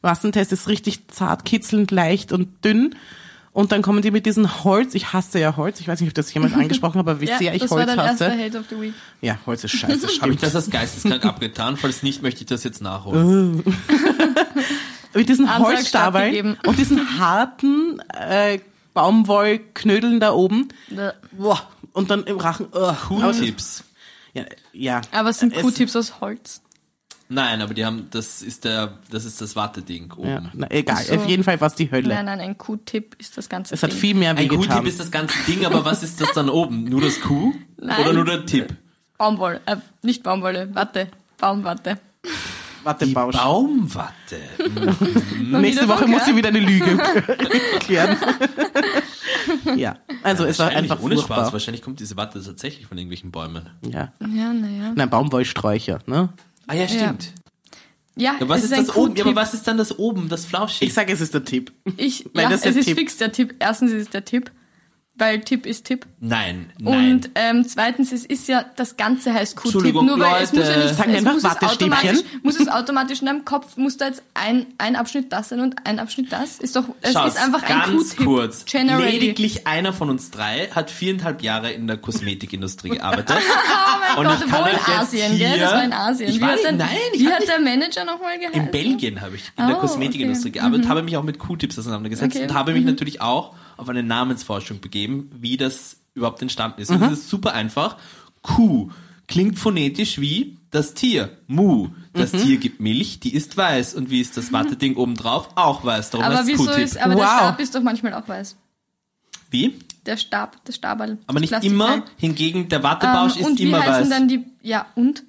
Massentest ist richtig zart, kitzelnd, leicht und dünn. Und dann kommen die mit diesen Holz. Ich hasse ja Holz. Ich weiß nicht, ob ich das jemals angesprochen habe, aber wie sehr ich das Holz war dein hasse. erster Hate of the Week. Ja, Holz ist scheiße. Habe ich stimmt. das als geisteskrank abgetan? Falls nicht, möchte ich das jetzt Äh, nachholen. mit diesen Antrag Holzstabeln stattgegeben. und diesen harten äh, Baumwollknödeln da oben. Bäh. Boah. Und dann im Rachen. Ugh. Cool Tipps. Aber- Ja, ja. Aber es sind Es- Q-Tips aus Holz. Nein, aber die haben, das ist der, das ist das Warteding oben. ja. Na, egal, So. auf jeden Fall war es die Hölle. Nein, nein, ein Q-Tip ist das ganze Es hat Ding. viel mehr Ein Q-Tip wehgetan. ist das ganze Ding, aber was ist das dann oben? Nur das Q? Nein. Oder nur der Tipp? Baumwolle, äh, nicht Baumwolle, Watte, Baumwatte. Warte, Bausch. Baumwatte. Nächste wieder Woche dunkel. muss sie wieder eine Lüge klären. ja, also es war Wahrscheinlich, einfach ohne furchtbar. Spaß. Wahrscheinlich kommt diese Watte tatsächlich von irgendwelchen Bäumen. Ja. Ja, naja. Nein, Baumwollsträucher, ne? Ah ja, stimmt. Ja, Ja, was es ist, ein das oben? Ja, aber Q-Tipp. was ist dann das oben, das Flauschige? Ich sage, es ist der Tipp. Ich, Weil ja, das ist es der ist Tipp. fix der Tipp. Erstens ist es der Tipp, weil Tipp ist Tipp. Nein, nein. Und ähm, zweitens, es ist ja, das Ganze heißt Q-Tip, Entschuldigung, nur weil es muss ja Leute. nicht Sagen wir es einfach muss es, Wattestäbchen. automatisch, muss es automatisch in deinem Kopf, muss da jetzt ein, ein Abschnitt das sein und ein Abschnitt das. Ist doch, es Schaut, ist einfach ein ganz Q-Tip. kurz. Generated. Lediglich einer von uns drei hat viereinhalb Jahre in der Kosmetikindustrie gearbeitet. Oh mein Und ich Gott, kann wo euch in jetzt Asien, gell? Das hier- war in Asien. Ich wie war hat, nicht- der, nein, ich wie war hat nicht- der Manager nochmal geheißen? In Belgien habe ich in der Also- Oh, Kosmetikindustrie okay. Mhm. gearbeitet, habe mich auch mit Q-Tips auseinandergesetzt Okay. Mhm. und habe mich natürlich auch auf eine Namensforschung begeben, wie das überhaupt entstanden Mhm. ist. Und es ist super einfach. Kuh klingt phonetisch wie das Tier. Mu. Das Mhm. Tier gibt Milch, die ist weiß. Und wie ist das Watteding obendrauf? Auch weiß. Darum Aber heißt es wieso Q-Tip. ist, aber der Wow. Stab ist doch manchmal auch weiß. Wie? Der Stab, der Stabal. Aber nicht immer. Hingegen, der Wattebausch ist Ähm, und wie immer heißen weiß. dann die, ja, und?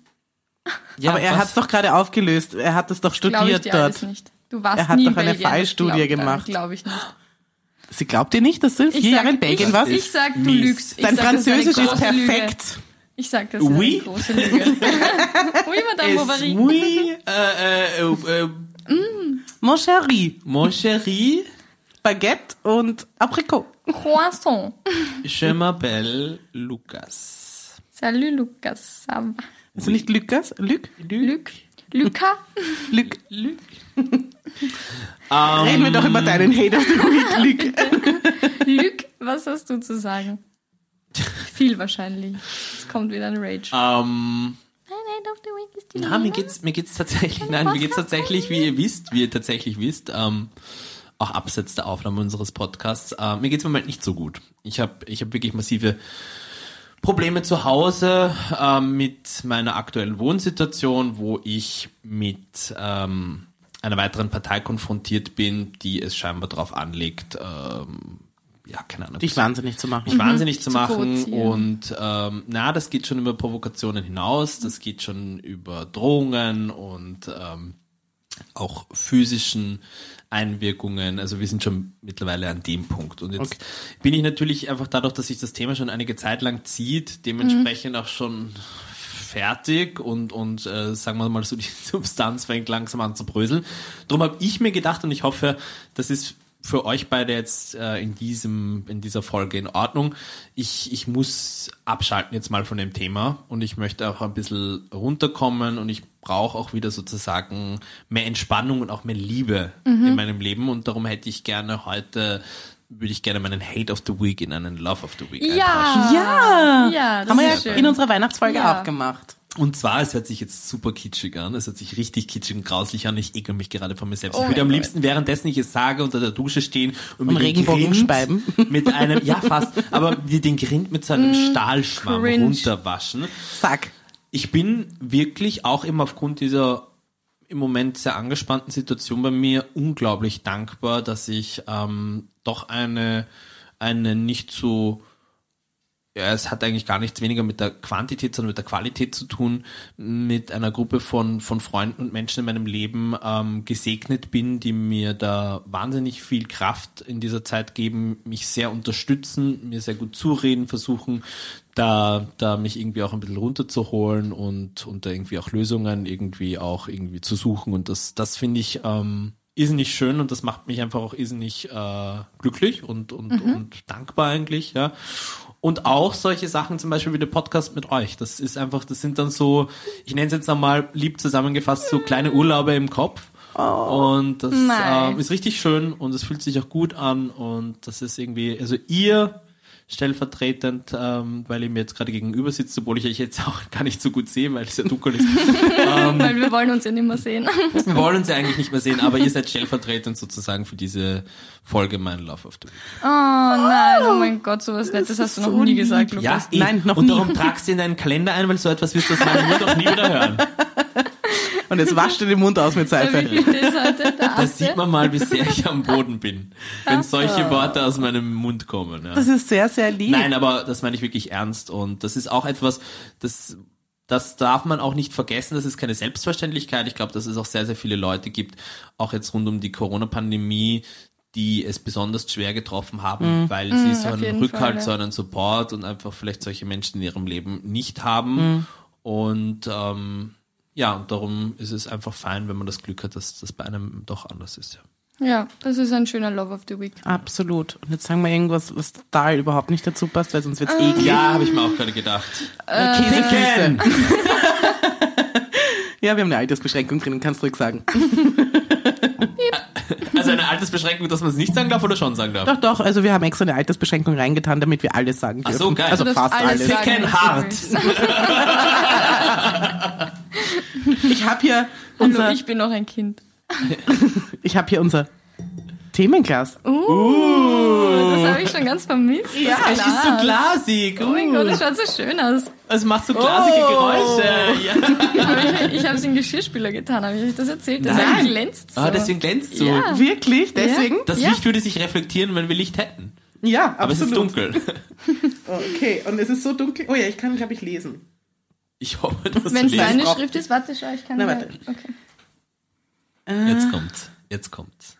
Ja, Aber er was? hat es doch gerade aufgelöst. Er hat es doch Glaube ich studiert dir dort. alles nicht. Du warst Er hat nie doch in eine Belgien, das Fallstudie glaub- gemacht. Glaube ich nicht. Sie glaubt ihr nicht, dass du in Ich vier sag- Jahre in Belgien ich- warst? Ich sag, du Mies. lügst. Ich Dein sag, das eine Französisch ist große Lüge. perfekt. Ich sag, das ist Oui. eine große Lüge. oui, Madame Es- Bovary. Oui, äh, äh, äh, äh, Mon chéri, mon chéri, Baguette und Aprikot. Croissant. je m'appelle Lucas. Salut, Lukas. Ça va? Also nicht Lukas, Lüg? Luc? Luca? Lüg. Reden wir doch über deinen Hate of the Week, Lüg. Luc, was hast du zu sagen? Viel wahrscheinlich. Es kommt wieder ein Rage. Ähm, Nein, nein, auf der Week ist die na, mir geht's, mir geht's tatsächlich, nein, mir geht's tatsächlich, wie ihr wisst, wie ihr tatsächlich wisst, ähm, auch abseits der Aufnahme unseres Podcasts, äh, mir geht's im Moment nicht so gut. Ich habe ich hab wirklich massive Probleme zu Hause ähm, mit meiner aktuellen Wohnsituation, wo ich mit ähm, einer weiteren Partei konfrontiert bin, die es scheinbar darauf anlegt, ähm, ja, keine Ahnung, Dich wahnsinnig zu machen. mich wahnsinnig zu Zu machen. provozieren. und ähm, na, das geht schon über Provokationen hinaus, das geht schon über Drohungen und ähm, auch physischen Einwirkungen. Also wir sind schon mittlerweile an dem Punkt. Und jetzt bin ich natürlich einfach dadurch, dass sich das Thema schon einige Zeit lang zieht, dementsprechend auch schon fertig und, und äh, sagen wir mal so, die Substanz fängt langsam an zu bröseln. Drum habe ich mir gedacht und ich hoffe, das ist für euch beide jetzt äh, in, diesem, in dieser Folge in Ordnung. Ich, ich muss abschalten jetzt mal von dem Thema und ich möchte auch ein bisschen runterkommen und ich brauche auch wieder sozusagen mehr Entspannung und auch mehr Liebe in meinem Leben und darum hätte ich gerne heute, würde ich gerne meinen Hate of the Week in einen Love of the Week eintauschen. Ja. Ja. Ja, das Haben wir ja ist schön. in unserer Weihnachtsfolge Ja. auch gemacht. Und zwar, es hört sich jetzt super kitschig an, es hört sich richtig kitschig und grauslich an, ich ekel mich gerade von mir selbst. Oh ich mein würde am Gott. Um liebsten währenddessen ich es sage, unter der Dusche stehen und, mit dem Regenbogen Grind- speiben. Mit einem, ja fast, aber mit den Grind mit so einem Stahlschwamm Mm, cringe. runterwaschen. Fuck. Ich bin wirklich auch immer aufgrund dieser im Moment sehr angespannten Situation bei mir unglaublich dankbar, dass ich ähm, doch eine, eine nicht so, ja, es hat eigentlich gar nichts weniger mit der Quantität, sondern mit der Qualität zu tun, mit einer Gruppe von, von Freunden und Menschen in meinem Leben ähm, gesegnet bin, die mir da wahnsinnig viel Kraft in dieser Zeit geben, mich sehr unterstützen, mir sehr gut zureden, versuchen, da, da mich irgendwie auch ein bisschen runterzuholen und, und da irgendwie auch Lösungen irgendwie auch irgendwie zu suchen. Und das, das finde ich ähm, irrsinnig schön und das macht mich einfach auch irrsinnig äh, glücklich und, und, und dankbar eigentlich, ja. Und auch solche Sachen, zum Beispiel wie der Podcast mit euch. Das ist einfach, das sind dann so, ich nenne es jetzt einmal lieb zusammengefasst, so kleine Urlaube im Kopf. Oh. und das äh, Nein. ähm, ist richtig schön und es fühlt sich auch gut an und das ist irgendwie, also ihr stellvertretend, ähm, weil ihr mir jetzt gerade gegenüber sitzt, obwohl ich euch jetzt auch gar nicht so gut sehe, weil es ja dunkel ist. Weil wir wollen uns ja nicht mehr sehen. Wir wollen uns ja eigentlich nicht mehr sehen, aber ihr seid stellvertretend sozusagen für diese Folge Mein Love of the Week. Oh nein, oh mein Gott, sowas Nettes hast du noch nie gesagt, Lukas. Ja, eh. Nein, noch Und nie. darum tragst du in deinen Kalender ein, weil so etwas wirst du aus meinem Mund auch nie wieder hören. Und jetzt wasch dir den Mund aus mit Wie Seife. viel ist heute der Da sieht achte? man mal, wie sehr ich am Boden bin, wenn solche Worte aus meinem Mund kommen. Ja. Das ist sehr, sehr lieb. Nein, aber das meine ich wirklich ernst. Und das ist auch etwas, das, das darf man auch nicht vergessen. Das ist keine Selbstverständlichkeit. Ich glaube, dass es auch sehr, sehr viele Leute gibt, auch jetzt rund um die Corona-Pandemie, die es besonders schwer getroffen haben, weil sie so Mhm. auf einen jeden Rückhalt, Fall, ja. so einen Support und einfach vielleicht solche Menschen in ihrem Leben nicht Mhm. haben. Und ähm, ja, und darum ist es einfach fein, wenn man das Glück hat, dass das bei einem doch anders ist. Ja. Ja, das ist ein schöner Love of the Week. Absolut. Und jetzt sagen wir irgendwas, was total überhaupt nicht dazu passt, weil sonst wird's eklig. Ja, habe ich mir auch gerade gedacht. äh, Käsefüße. ja, wir haben eine Altersbeschränkung drin, kannst ruhig sagen. Also eine Altersbeschränkung, dass man es nicht sagen darf oder schon sagen darf? Doch, doch, also wir haben extra eine Altersbeschränkung reingetan, damit wir alles sagen Ach dürfen. so, geil. Also Du darfst fast alles. sagen, Ficken was du hart. willst. Ich habe hier Hallo, unser, ich bin noch ein Kind. ich habe hier unser Themenglas. Uh, Das habe ich schon ganz vermisst. Ja, Es ist so glasig. Uh, Oh mein Gott, das schaut so schön aus. Es macht so glasige Oh. Geräusche. Ja. Ich habe ich hab's in Geschirrspüler getan, habe ich euch das erzählt? Das Nein. glänzt so. Ah, deswegen glänzt so. Ah. Ja. Wirklich? Deswegen? Das Ja. Licht würde sich reflektieren, wenn wir Licht hätten. Ja, absolut. Aber es ist dunkel. Okay, und es ist so dunkel. Oh ja, ich kann, glaube ich, lesen. Ich hoffe, dass Wenn es du deine lesen. Schrift ist, warte, schau, ich kann Na, ja- warte. Okay. Jetzt kommt's. Jetzt kommt's.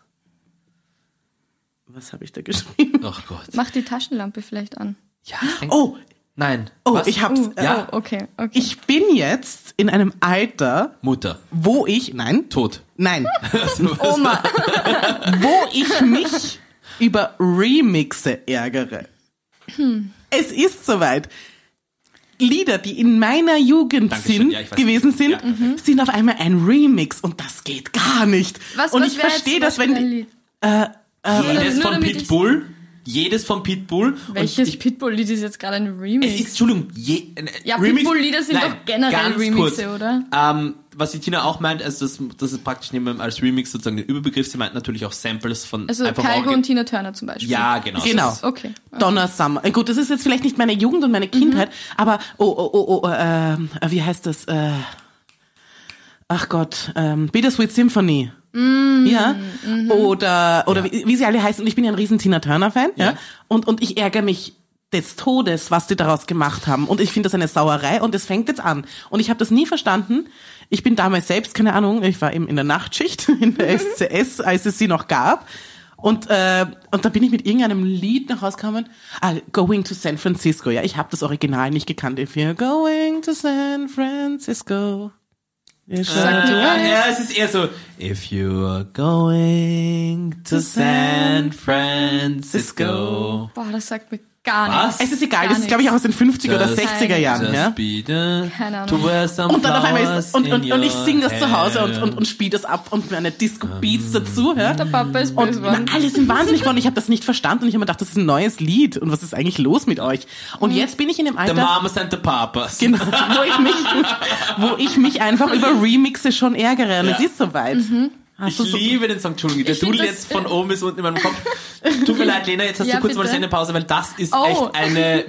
Was habe ich da geschrieben? Ach Gott. Mach die Taschenlampe vielleicht an. Ja, ich denk, Oh, Nein. oh, Was? ich hab's. Uh, äh, Ja. Oh, okay, okay. Ich bin jetzt in einem Alter, Mutter. wo ich, nein, Tot. nein, Oma. wo ich mich über Remixe ärgere. Hm. Es ist soweit. Lieder, die in meiner Jugend Dankeschön. sind, Ja, ich weiß. gewesen sind, Ja, Mhm. sind auf einmal ein Remix und das geht gar nicht. Was, und was ich wär jetzt verstehe zum das, wenn Beispiel ein die, Lied? Ähm, Jedes nur von damit ich's- Pitbull. Jedes von Pitbull. Und Welches ich- Pitbull-Lied ist jetzt gerade ein Es ist, Remix? Entschuldigung, je, äh, Ja, Remix- Pitbull-Lieder sind Nein, doch generell ganz Remixe, kurz. oder? Ähm, was die Tina auch meint, ist, dass, dass es praktisch nehmen wir als Remix sozusagen den Überbegriff, sie meint natürlich auch Samples von Also einfach Kaigo Orgi- und Tina Turner zum Beispiel. Ja, genau. Genau. Das ist- Okay. Donner Summer. Äh, Gut, das ist jetzt vielleicht nicht meine Jugend und meine Kindheit, aber oh, oh, oh, oh ähm, äh, wie heißt das? Äh, ach Gott, ähm, Bittersweet Symphony. ja. Oder oder Wie, wie sie alle heißen. Und ich bin ja ein riesen Tina Turner Fan. Ja. Ja. Und und ich ärgere mich des Todes, was die daraus gemacht haben. Und ich finde das eine Sauerei. Und es fängt jetzt an. Und ich habe das nie verstanden. Ich bin damals selbst, keine Ahnung, ich war eben in der Nachtschicht in der SCS, als es sie noch gab. Und, äh, und da bin ich mit irgendeinem Lied nach Hause gekommen. Ah, Going to San Francisco. Ja, ich habe das Original nicht gekannt. If you're going to San Francisco. you should Sagt dir gar nichts. Ja, es ist eher so, if you're going to San Francisco, Boah, das sagt mir gar Was? nichts. Es ist egal, Gar das ist glaube ich auch aus den 50er oder Das- 60er Jahren. just Ja? be the, Keine Ahnung. to wear some Und dann auf einmal ist, flowers und, und, in und ich your Ähm, singe das zu Hause und, hair. und, und spiele das ab und mir eine Disco-Beats dazu. Ja? Der Papa ist böse Und na, geworden. alle sind wahnsinnig geworden. Ich habe das nicht verstanden und ich habe mir gedacht, das ist ein neues Lied und was ist eigentlich los mit euch? Und Mhm. jetzt bin ich in dem The Alter, Mamas and the Papas. genau, wo, ich mich, wo ich mich einfach über Remixe schon ärgere. Und es Ja. ist soweit. Mhm. Ich Hast du so, liebe den Song, Entschuldigung, der Ich find Dudel das- äh, jetzt von oben bis unten in meinem Kopf. Tut mir leid, Lena, jetzt hast Ja, du kurz mal bitte. Sendepause, weil das ist Oh. echt eine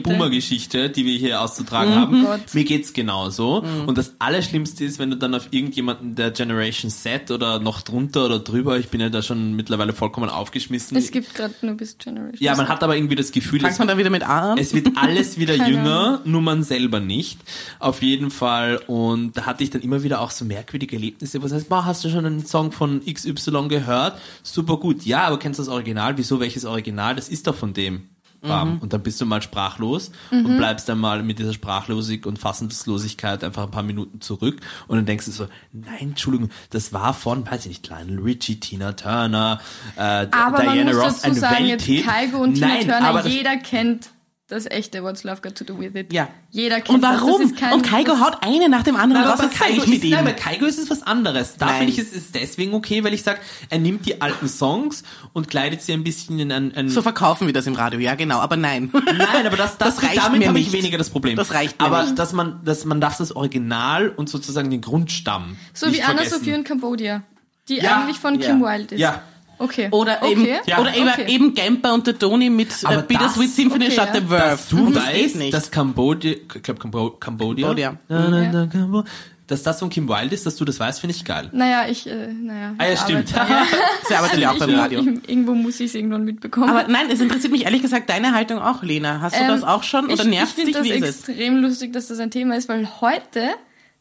Millennial-Boomer-Geschichte, die wir hier auszutragen haben. Mhm. Gott. Mhm. Mir geht's genauso. Und das Allerschlimmste ist, wenn du dann auf irgendjemanden der Generation Z oder noch drunter oder drüber, ich bin ja da schon mittlerweile vollkommen aufgeschmissen. Es gibt gerade nur bis Generation. ja, man hat aber irgendwie das Gefühl, fangst dass man dann wieder mit A an? es wird alles wieder Keine jünger, nur man selber nicht. Auf jeden Fall. Und da hatte ich dann immer wieder auch so merkwürdige Erlebnisse, wo es heißt, boah, hast du schon einen Song von XY gehört? Super gut. Ja, aber kennst du das Original? Wieso welches Original? Das ist doch von dem. Bam. Mhm. Und dann bist du mal sprachlos und bleibst dann mal mit dieser Sprachlosig und Fassungslosigkeit einfach ein paar Minuten zurück und dann denkst du so, nein, Entschuldigung, das war von, weiß ich nicht, Lionel Richie, Tina Turner, äh, aber Diana man muss Ross, dazu ein sagen, jetzt Welthit. Kaigo und Tina Nein, aber Turner, das- jeder kennt das echte What's Love Got to Do With It. Ja. Jeder kennt Und Das, warum? das ist kein, und Kaigo das- haut eine nach dem anderen raus. aber Was kann ich Kaigo mit ist, nein, ihm? bei Kaigo ist es was anderes. Da Nein. finde ich, es ist deswegen okay, weil ich sage, er nimmt die alten Songs und kleidet sie ein bisschen in ein... ein So verkaufen wir das im Radio, ja genau, aber nein. Nein, aber das, das, Das reicht damit mir habe ich nicht. weniger das Problem. Das reicht mir aber nicht. dass man, dass man darf das Original und sozusagen den Grundstamm So nicht wie Anna vergessen. Sophie in Cambodia, die Ja, eigentlich von ja, Kim Wilde ist. Ja. Okay. Oder okay. eben, Ja. oder eben, Okay. eben Gamper und der Tony mit äh, Aber Bittersweet das- Symphony okay, statt ja. der Verve. dass du Mhm. Das geht weißt, nicht. dass Cambodia, ich glaube Cambo Cambodia, Cambodia. Na, na, Ja. na, Cambo- dass das von Kim Wilde ist, dass du das weißt, finde ich geil. Naja, ich, äh, naja. Ah ja, ich stimmt. arbeite da. Sie arbeitet ja auch beim Ich, Radio. irgendwo muss ich es irgendwann mitbekommen. Aber nein, es interessiert mich ehrlich gesagt deine Haltung auch, Lena. Hast du Ähm, das auch schon oder ich, nervt ich dich? finde das Wie ist es? extrem lustig, dass das ein Thema ist, weil heute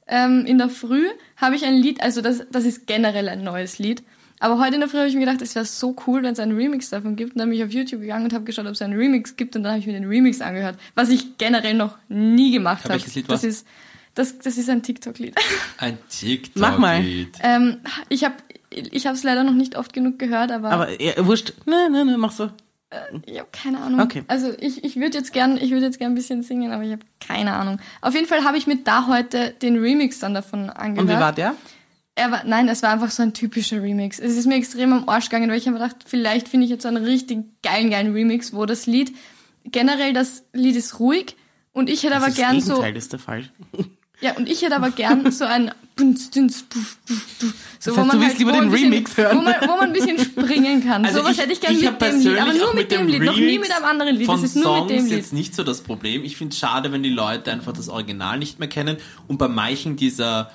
ähm, in der Früh habe ich ein Lied, also das, das ist generell ein neues Lied, aber heute in der Früh habe ich mir gedacht, es wäre so cool, wenn es einen Remix davon gibt. Und dann bin ich auf YouTube gegangen und habe geschaut, ob es einen Remix gibt und dann habe ich mir den Remix angehört, was ich generell noch nie gemacht habe. welches Lied das war's? ist das, das ist ein TikTok-Lied. Ein TikTok. Mach mal. ähm, ich habe ich habe es leider noch nicht oft genug gehört, aber, Aber ja, wurscht. Nein, nein, nein, mach so. Ich habe keine Ahnung. Okay. Also ich, ich würde jetzt gern, ich würde jetzt gern ein bisschen singen, aber ich habe keine Ahnung. Auf jeden Fall habe ich mir da heute den Remix dann davon angehört. Und wie war der? Er war, nein, es war einfach so ein typischer Remix. Es ist mir extrem am Arsch gegangen, weil ich habe gedacht, vielleicht finde ich jetzt so einen richtig geilen, geilen Remix, wo das Lied, generell das Lied ist ruhig und ich hätte aber das gern so, Gegenteil ist der Fall. ja, und ich hätte aber gern so ein Bunz, Dünz, Puff, Puff, Puff. So, Das heißt, du willst lieber wo den ein bisschen, Remix hören. Wo man, wo man ein bisschen springen kann. Also Sowas ich- hätte ich gern ich hab mit dem Lied, aber persönlich nur auch mit dem Lied, noch nie Remix mit einem anderen Lied. Von Das ist nur Songs mit dem Lied. jetzt nicht so das Problem. Ich finde es schade, wenn die Leute einfach das Original nicht mehr kennen. Und bei manchen dieser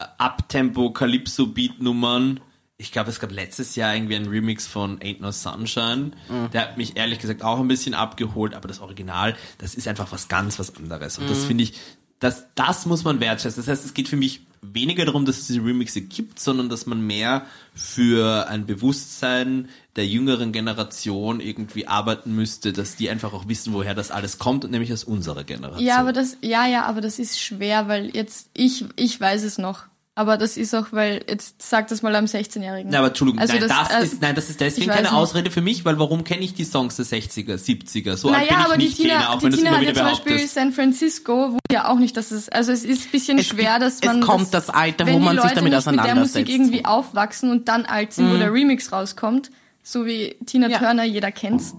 äh, Uptempo Calypso Beat Nummern, ich glaube, es gab letztes Jahr irgendwie einen Remix von Ain't No Sunshine. Mhm. Der hat mich ehrlich gesagt auch ein bisschen abgeholt, aber das Original, das ist einfach was ganz was anderes. Und Mhm. das finde ich, das, das muss man wertschätzen. Das heißt, es geht für mich weniger darum, dass es diese Remixe gibt, sondern dass man mehr für ein Bewusstsein der jüngeren Generation irgendwie arbeiten müsste, dass die einfach auch wissen, woher das alles kommt und nämlich aus unserer Generation. Ja, aber das, ja, ja, aber das ist schwer, weil jetzt, ich, ich weiß es noch. Aber das ist auch, weil, jetzt sag das mal am 16-Jährigen. Na, aber Entschuldigung, Also nein, das, äh, ist, nein, das ist ich deswegen weiß keine nicht. Ausrede für mich, weil warum kenne ich die Songs der 60er, 70er? So alt bin Naja, ich aber die nicht, Lena, Tina, auch die wenn du es Tina immer hat ja wieder zum Beispiel behauptest. San Francisco, wo ja auch nicht, dass es, also es ist ein bisschen schwer, dass es man. kommt das Alter, wo wenn die man sich Leute damit nicht Mit auseinandersetzt. Mhm. der Musik irgendwie aufwachsen und dann alt sind, wo der Remix rauskommt, so wie Tina Ja. Turner, jeder kennt's.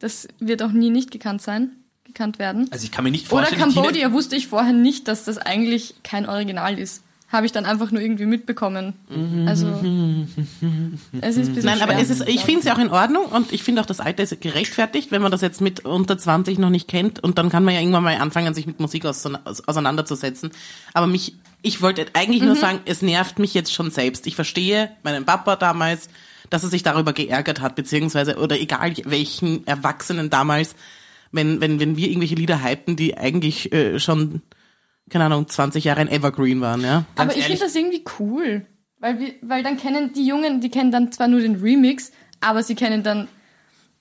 Das wird auch nie nicht gekannt sein, gekannt werden. Also ich kann mir nicht Oder vorstellen, die Tina, Cambodia wusste ich vorher nicht, dass das eigentlich kein Original ist. Habe ich dann einfach nur irgendwie mitbekommen. Also, es ist ein bisschen Mhm. Nein, aber schwer. es ist, ich finde es ja auch in Ordnung und ich finde auch das Alter ist gerechtfertigt, wenn man das jetzt mit unter 20 noch nicht kennt und dann kann man ja irgendwann mal anfangen, sich mit Musik ause- aus- auseinanderzusetzen. Aber mich, ich wollte eigentlich nur sagen, es nervt mich jetzt schon selbst. Ich verstehe meinen Papa damals, dass er sich darüber geärgert hat, beziehungsweise, oder egal welchen Erwachsenen damals, wenn, wenn, wenn wir irgendwelche Lieder hypten, die eigentlich äh, schon, keine Ahnung, 20 Jahre ein Evergreen waren, ja. ganz aber ich ehrlich- finde das irgendwie cool. Weil, wir, weil dann kennen die Jungen, die kennen dann zwar nur den Remix, aber sie kennen dann,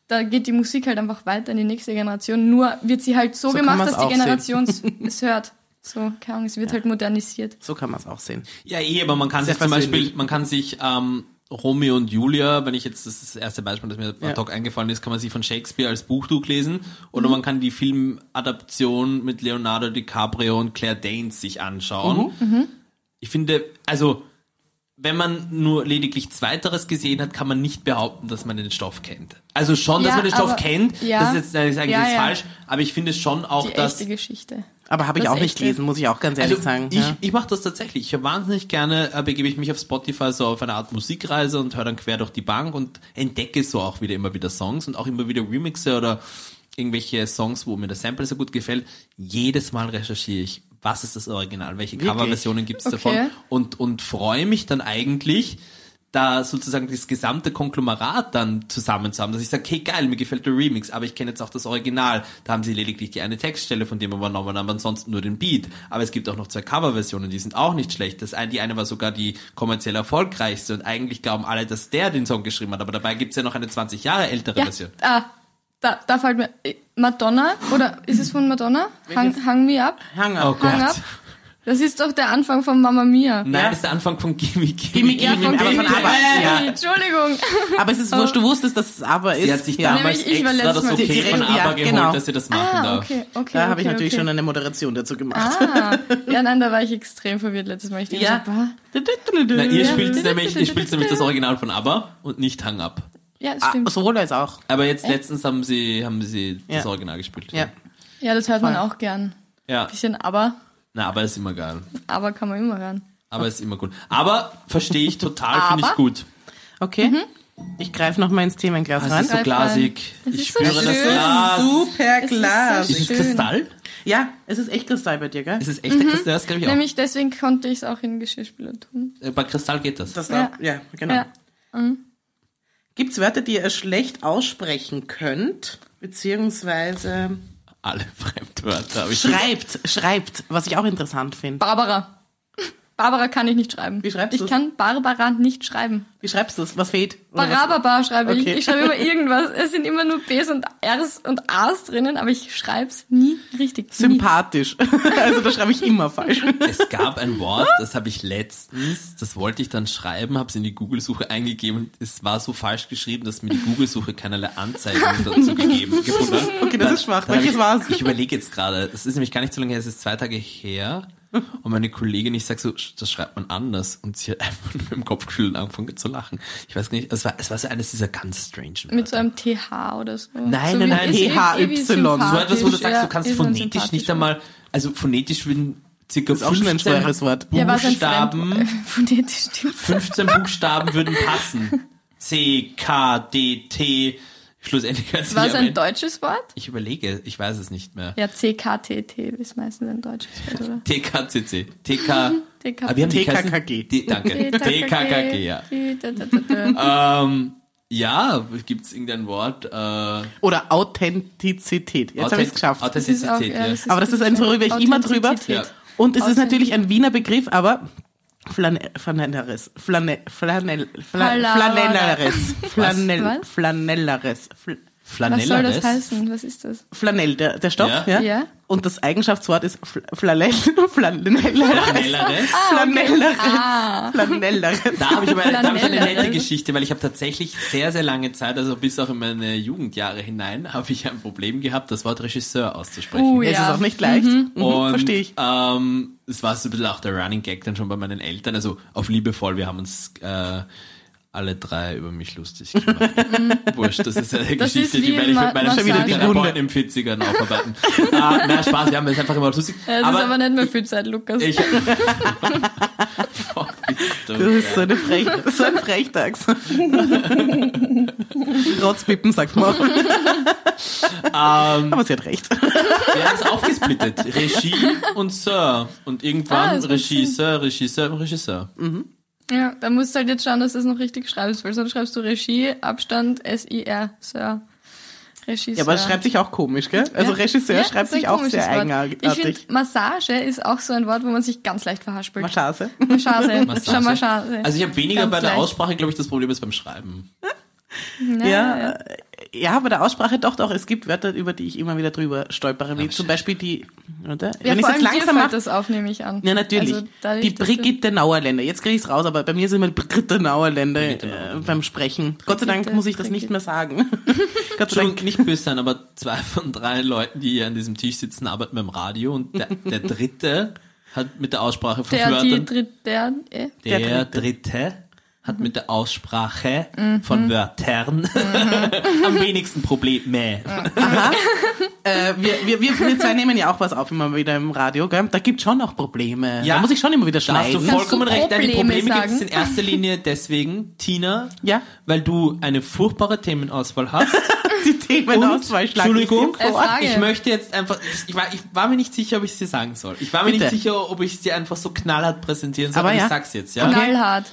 da geht die Musik halt einfach weiter in die nächste Generation. Nur wird sie halt so, So kann gemacht, man's dass die auch sehen. Generation es- es hört. So, keine Ahnung, es wird halt modernisiert. So kann man es auch sehen. Ja, eh, aber man kann Sehr sich zum Beispiel, persönlich. man kann sich ähm, Romeo und Julia, wenn ich jetzt das, ist das erste Beispiel, das mir ad Ja. hoc eingefallen ist, kann man sich von Shakespeare als Buchdruck lesen oder Mhm. man kann die Filmadaption mit Leonardo DiCaprio und Claire Danes sich anschauen. Mhm. Ich finde, also wenn man nur lediglich Zweiteres gesehen hat, kann man nicht behaupten, dass man den Stoff kennt. Also schon, dass Ja, man den Stoff aber- kennt, ja. das ist jetzt nein, das ist eigentlich Ja, jetzt ja. falsch, aber ich finde schon auch, Die dass echte Geschichte. Aber habe ich Das auch nicht echte. gelesen, muss ich auch ganz ehrlich also, sagen. Ich, ja. ich mache das tatsächlich. Ich hab wahnsinnig gerne, äh, begebe ich mich auf Spotify so auf eine Art Musikreise und höre dann quer durch die Bank und entdecke so auch wieder immer wieder Songs und auch immer wieder Remixe oder irgendwelche Songs, wo mir der Sample so gut gefällt. Jedes Mal recherchiere ich, was ist das Original, welche Wirklich? Coverversionen gibt es Okay. davon und, und freue mich dann eigentlich, da sozusagen das gesamte Konglomerat dann zusammen zu haben, dass ich sage, okay, geil, mir gefällt der Remix, aber ich kenne jetzt auch das Original. Da haben sie lediglich die eine Textstelle von dem übernommen, aber ansonsten nur den Beat. Aber es gibt auch noch zwei Coverversionen, die sind auch nicht schlecht. Das eine, die eine war sogar die kommerziell erfolgreichste und eigentlich glauben alle, dass der den Song geschrieben hat, aber dabei gibt's ja noch eine 20 Jahre ältere Ja, Version. ah, da, da fällt äh, mir. Madonna, oder ist es von Madonna? Hang, hang me up. Hang Oh up. Gott. Hang up. Das ist doch der Anfang von Mamma Mia. Nein, das ist der Anfang von Gimme Gimme, Gimme. Ja, gimme, von aber von Gimme. aber. Ja. Genau. Entschuldigung. Aber es ist wurscht, du wusstest, dass es aber ist. Sie hat sich ja. damals Nämlich, ich war extra das letztes Mal Okay die- von Ja, ABBA geholt, genau. dass sie das machen Ah, darf. okay, okay. Da okay, habe ich natürlich okay. schon eine Moderation dazu gemacht. Ah, ja, nein, da war ich extrem verwirrt letztes Mal. Ich dachte, Ja. so, bah. Na, ihr spielt Ja. nämlich, ihr spielt nämlich das Original von ABBA und nicht Hang Up. ja, das Ah, stimmt. sowohl als auch. Aber jetzt letztens haben sie, haben sie das Ja. Original gespielt. Ja. Ja, das hört man Voll. auch gern. ja. Bisschen aber, Na, aber ist immer geil. aber kann man immer hören. Aber ist immer gut. Aber verstehe ich total, finde ich Aber? gut. Okay. Mhm. Ich greife nochmal ins Themenglas Das ist rein. so Rein. glasig. Das Ich ist so spüre das schön. Glas. Super ist so Glas. Ist es schön. Kristall? Ja, es ist echt Kristall bei dir, gell? Ist es echt mhm. Kristall? Das glaube ich auch. Nämlich deswegen konnte ich es auch in den Geschirrspüler tun. Äh, Bei Kristall geht das. Das Ja. da, ja, genau. Ja. Gibt's Wörter, die ihr schlecht aussprechen könnt? Beziehungsweise Alle Fremdwörter habe ich. schreibt, schreibt, was ich auch interessant finde. Barbara. Barbara kann ich nicht schreiben. Wie schreibst Ich du's? kann Barbara nicht schreiben. Wie schreibst du es? Was fehlt? Oh, Oder was- Barababa schreibe Okay. ich. Ich schreibe immer irgendwas. Es sind immer nur Bs und Rs und As drinnen, aber ich schreibe es nie richtig. Nie. Sympathisch. Also da schreibe ich immer falsch. Es gab ein Wort, das habe ich letztens, das wollte ich dann schreiben, habe es in die Google-Suche eingegeben und es war so falsch geschrieben, dass mir die Google-Suche keinerlei Anzeigen dazu gegeben gefunden hat. Okay, das ist schwach. Dann hab Welches ich, war's? Ich überlege jetzt gerade. Es ist nämlich gar nicht so lange her, es ist zwei Tage her. Und meine Kollegin, ich sag so, "Sch- das schreibt man anders. Und sie hat einfach nur im Kopf geschüttelt und angefangen zu lachen. Ich weiß gar nicht, es war, es war so eines dieser ganz strange Mit so Wörter. einem TH oder so. Nein, so nein, wie- nein, ist THY. irgendwie sympathisch. so etwas, wo du sagst, Ja, du kannst ist man phonetisch nicht sympathisch. einmal, also phonetisch würden circa auch schon ein 15 schweres Wort. Ja, was ein Buchstaben, Fremd- Phonetisch stimmt. 15 Buchstaben würden passen. C, K, D, T. Schlussendlich hört sich War es am ein Ende- deutsches Wort? Ich überlege, ich weiß es nicht mehr. Ja, CKTT ist meistens ein deutsches Wort, oder? TKCC. TK. TK Ah, wie haben die geheißen? TKKG. Die, danke. TKKG, ja. ja. Ähm, ja, gibt's irgendein Wort? Äh, Oder Authentizität. Jetzt habe ich es geschafft. Das ist auch, Authentizität, ja, das ja. ist Aber das ist eins, worüber ich immer drüber. Authentizität. Ja. Und es ist Authentizität. natürlich ein Wiener Begriff, aber Flanell, Flanelleres. Flanell, Flanell, Flanell, Palabra. Flanelleres. Flanell, Was? Flanelleres. Fl- Was soll das Flanelleres. heißen? Was ist das? Flanell, der, der Stoff, ja. Ja. Ja. Und das Eigenschaftswort ist Fl- Flanell, Flanelleres. Flanelleres. Ah, Flanelleres. Flanelleres. Da habe ich aber da hab ich eine nette Flanelleres. Geschichte, weil ich habe tatsächlich sehr, sehr lange Zeit, also bis auch in meine Jugendjahre hinein, habe ich ein Problem gehabt, das Wort Regisseur auszusprechen. Oh, Es ist ja. auch nicht leicht. Mhm, Und, Verstehe ich. Ähm, es war so ein bisschen auch der Running Gag dann schon bei meinen Eltern. Also auf liebevoll, wir haben uns äh, alle drei über mich lustig gemacht. Wurscht, das ist eine Das Geschichte, ist wie die werde ich Ma- mit meiner Massage. Therapeuten im 40ern aufarbeiten. ah, na Spaß, wir haben das einfach immer lustig. Ja, Das aber ist aber nicht mehr viel Zeit, Lukas. ich... Boah, bist du Das ist so, geil. eine Frech, so ein Frechtags. Rotzpippen, sagt man. ähm, Aber sie hat recht. wir haben es aufgesplittet. Regie und Sir. Und Ah, irgendwann das macht Regie, Sir, Regisseur, Regisseur. Ja, da musst du halt jetzt schauen, dass du es noch richtig schreibst, weil sonst schreibst du Regie, Abstand, S-I-R, Sir. Regisseur. Ja, aber es schreibt sich auch komisch, gell? Also Ja. Regisseur Ja, schreibt ist ein sich auch komisches sehr Wort. Ich eigenartig. finde, Massage ist auch so ein Wort, wo man sich ganz leicht verhaspelt. Maschase. Massage. Massage. Schon Massage. Also ich habe weniger Ganz bei der leicht. Aussprache, glaube ich, das Problem ist beim Schreiben. Ja, Ja, ja. äh, ja, bei der Aussprache doch, doch. Es gibt Wörter, über die ich immer wieder drüber stolpere, wie zum Beispiel die, oder? Ja, Wenn ich vor jetzt allem dir langsam fällt mache. das auf, nehme ich an. Ja, natürlich. Also dadurch, die dass Brigitte Nauerländer. Jetzt kriege ich's raus, aber bei mir sind immer die Brigitte Nauerländer äh, beim Sprechen. Gott sei Dank Brigitte, muss ich das nicht Brigitte. mehr sagen. Gott sei Entschuldigung, Dank. nicht böse sein, aber zwei von drei Leuten, die hier an diesem Tisch sitzen, arbeiten beim Radio und der, der dritte hat mit der Aussprache von Du, der, die, Wörtern. dritt, der, äh, Der, der dritte. Mhm. hat mit der Aussprache von Wörtern am wenigsten Probleme. Äh, wir, wir, wir, wir zwei nehmen ja auch was auf immer wieder im Radio, gell? Da gibt's schon auch Probleme. Ja. Da muss ich schon immer wieder Da hast du schneiden. vollkommen recht. Deine Probleme Probleme gibt es sagen? in erster Linie deswegen, Tina, Ja. weil du eine furchtbare Themenauswahl hast. die Themen aus zwei Schlagen. Entschuldigung, Äh, Frage. ich möchte jetzt einfach, ich, ich, war, ich war mir nicht sicher, ob ich es dir sagen soll. Ich war mir Bitte. nicht sicher, ob ich es dir einfach so knallhart präsentieren soll, Aber aber, ja. ich sag's jetzt, ja? knallhart.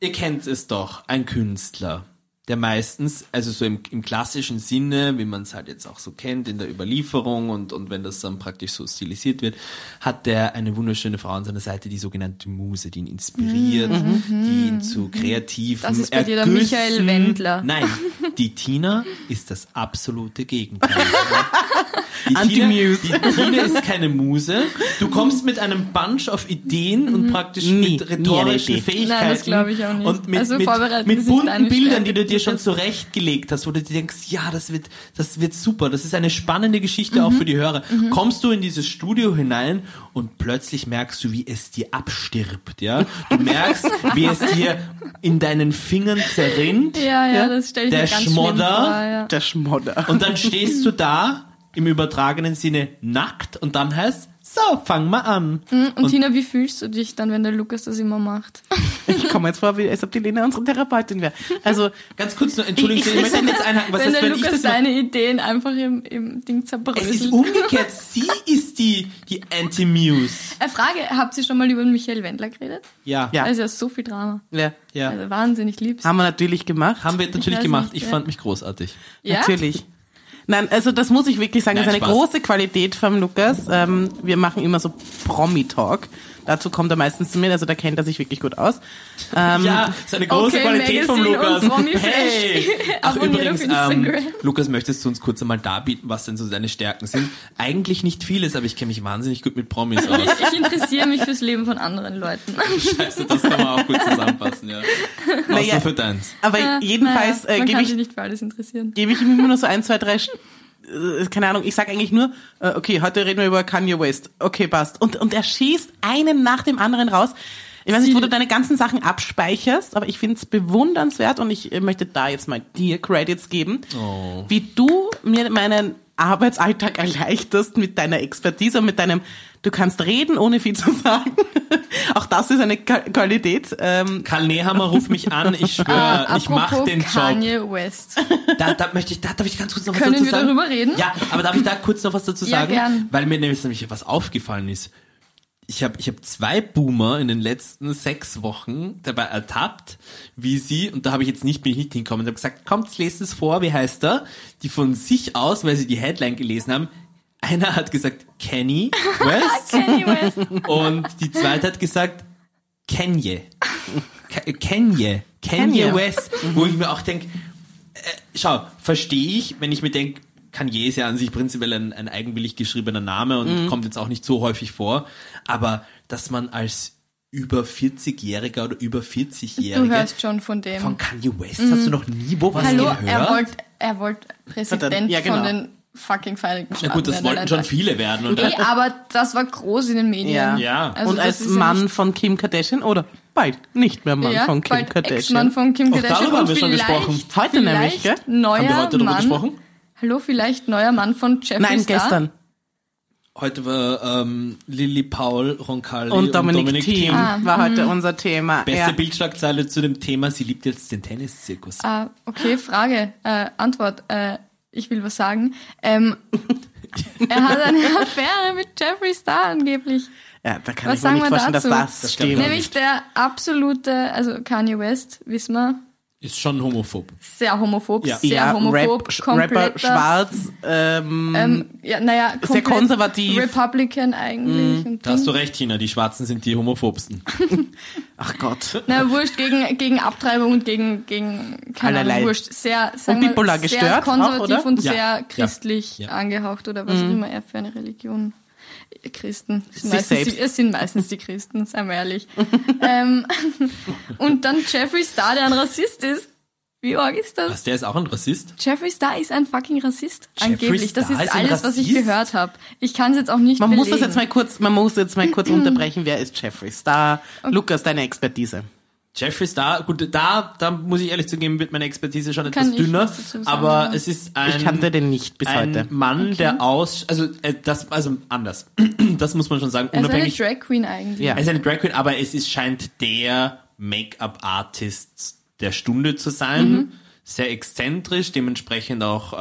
Ihr kennt es doch, ein Künstler. der meistens, also so im, im klassischen Sinne, wie man es halt jetzt auch so kennt in der Überlieferung und, und wenn das dann praktisch so stilisiert wird, hat der eine wunderschöne Frau an seiner Seite, die sogenannte Muse, die ihn inspiriert, Mhm, die ihn zu kreativen Das ist bei dir der Ergüssen- Michael Wendler. Nein, die Tina ist das absolute Gegenteil. Die Anti-Muse. Tina, die Tina ist keine Muse. Du kommst mit einem Bunch auf Ideen Mhm. und praktisch Nie. mit rhetorischen Nie eine Idee. Fähigkeiten. Nein, das glaub ich auch nicht. Und mit, Also mit, vorbereiten mit ist nicht bunten deine Bildern, Stärke, die du das- dir schon zurechtgelegt hast, wo du dir denkst, ja, das wird, das wird super. Das ist eine spannende Geschichte Mhm. auch für die Hörer. Kommst du in dieses Studio hinein und plötzlich merkst du, wie es dir abstirbt, ja? Du merkst, wie es dir in deinen Fingern zerrinnt. Ja, ja, das stelle ich Der mir ganz schlimm vor. Schmodder. Ja. Der Schmodder. Und dann stehst du da im übertragenen Sinne nackt und dann heißt so, fang mal an. Und, Tina, wie fühlst du dich dann, wenn der Lukas das immer macht? Ich komme jetzt vor, wie, als ob die Lena unsere Therapeutin wäre. Also, Ganz kurz nur, Entschuldigung, ich, möchte jetzt einhaken. Was wenn heißt, der wenn ich Lukas das mache? seine Ideen einfach im, im Ding zerbröselt. Äh, Es ist umgekehrt. Sie ist die, die Anti-Muse. Eine Frage, habt ihr schon mal über den Michael Wendler geredet? Ja. Ja. Da ist ja so viel Drama. ja, ja. Also wahnsinnig liebst. haben wir natürlich gemacht. Haben wir natürlich weiß gemacht. nicht, ich ja. fand mich großartig. ja? Natürlich. Nein, also das muss ich wirklich sagen, Nein, ist eine Spaß. große Qualität vom Lukas. Ähm, wir machen immer so Promi-Talk. Dazu kommt er meistens zu mir, also da kennt er sich wirklich gut aus. Ähm, ja, ist eine große Okay, Qualität vom Magazine Lukas. und Promi hey! Flash. Ach, Abonniert übrigens, auf Instagram. ähm, Lukas, möchtest du uns kurz einmal darbieten, was denn so deine Stärken sind? Eigentlich nicht vieles, aber ich kenne mich wahnsinnig gut mit Promis aus. Ich interessiere mich fürs Leben von anderen Leuten. Scheiße, das kann man auch gut zusammenfassen, ja. Naja. Außer für deins. aber jedenfalls naja, äh, man gebe kann ich sich nicht für alles interessieren. gebe ich ihm immer nur so ein, zwei, drei, äh, keine Ahnung, ich sag eigentlich nur, äh, okay, heute reden wir über Kanye West. Okay, passt. Und, und er schießt einen nach dem anderen raus. Ich weiß nicht, wo du deine ganzen Sachen abspeicherst, aber ich find's bewundernswert und ich äh, möchte da jetzt mal dir Credits geben, Oh. wie du mir meinen Arbeitsalltag erleichterst mit deiner Expertise und mit deinem, du kannst reden, ohne viel zu sagen. Auch das ist eine Qua- Qualität. Ähm, Karl Nehammer, ruf mich an, ich schwöre, Äh, ich mach apropos den Job. Kanye West. Da, da möchte ich, da darf ich ganz kurz noch was Können dazu wir sagen. darüber reden? Ja, aber darf ich da kurz noch was dazu Ja, sagen? gern. Weil mir nämlich nämlich was aufgefallen ist. Ich habe ich hab zwei Boomer in den letzten sechs Wochen dabei ertappt, wie sie, und da habe ich jetzt nicht, bin ich nicht hingekommen, und habe gesagt, kommt, lest es vor, wie heißt er? Die von sich aus, weil sie die Headline gelesen haben, einer hat gesagt, Kenny West. Kanye West. Und die zweite hat gesagt, Kenye. Ke- Kenye. Kenye Kenye. West. Wo ich mir auch denke, äh, schau, verstehe ich, wenn ich mir denke, Kanye ist ja an sich prinzipiell ein, ein eigenwillig geschriebener Name und kommt jetzt auch nicht so häufig vor. Aber dass man als über 40-Jähriger oder über Du 40-Jähriger hörst schon von dem. von Kanye West hast du noch nie wo was Hallo, gehört? er wollte er wollt Hat er- Präsident ja, genau. von den fucking Vereinigten Staaten. Na gut, das werden, wollten schon Alter. viele werden. Und Eh, aber das war groß in den Medien. Also Ja. Ja. und das als ist ja Mann nicht- von Kim Kardashian oder bald nicht mehr Mann ja, von Kim bald Ex-Mann Kardashian. von Kim Auch Kardashian. darüber haben wir schon und vielleicht- gesprochen. Heute nämlich, gell? vielleicht Neuer Haben wir heute darüber Mann, gesprochen? Hallo, vielleicht neuer Mann von Jeffree Nein, Star. gestern. Heute war ähm, Lily Paul, Roncalli Und Dominic, und Dominic Thiem Thiem. war Mhm. heute unser Thema. Beste ja. Bildschlagzeile zu dem Thema, sie liebt jetzt den Tenniszirkus. Ah, okay, Frage, äh, Antwort. Äh, ich will was sagen. Ähm, er hat eine Affäre mit Jeffree Star angeblich. ja, da kann ich mir Was sagen nicht wir vorstellen, dazu? dass das, Das stimmt. glaub Nämlich der absolute, also Kanye West, wissen wir, Ist schon homophob. sehr homophob, Ja. sehr ja, homophob, Rap, Sch- Rapper kompletter- schwarz, ähm, Ähm, ja, naja, komplett konservativ. Mhm. Republican eigentlich. und Da hast Ding. du recht, Tina, die Schwarzen sind die homophobsten. ach Gott. Na, wurscht, gegen, gegen Abtreibung und gegen, gegen keine Allerlei. Ahnung, wurscht. Sehr, sagen Und wir, bipolar sehr gestört auch, konservativ oder? und Ja. Ja. sehr christlich Ja. angehaucht oder was auch immer er für eine Religion. äh, Christen. Es Mhm. Sich sind, meistens selbst. die, es sind meistens die Christen, seien wir ehrlich. ähm, und dann Jeffree Star, der ein Rassist ist. Wie arg ist das? Was, der ist auch ein Rassist? Jeffree Star ist ein fucking Rassist, Jeffree angeblich. Das Star ist ist ein alles, was ich Rassist? gehört habe. Ich kann es jetzt auch nicht Man muss das belegen. jetzt mal kurz, man muss jetzt mal kurz unterbrechen. Wer ist Jeffree Star? Lukas, deine Expertise. Jeffrey Star, gut, da, da muss ich ehrlich zugeben, wird meine Expertise schon Kann etwas ich dünner. was dazu sagen, Aber ja. es ist ein, Ich kannte den nicht bis ein heute. Mann, der aus, also, äh, das, also anders. das muss man schon sagen, Er ist eine unabhängig. Drag Queen eigentlich. Ja. Er ist eine Drag Queen, aber es ist, scheint der Make-up-Artist der Stunde zu sein. Sehr exzentrisch, dementsprechend auch,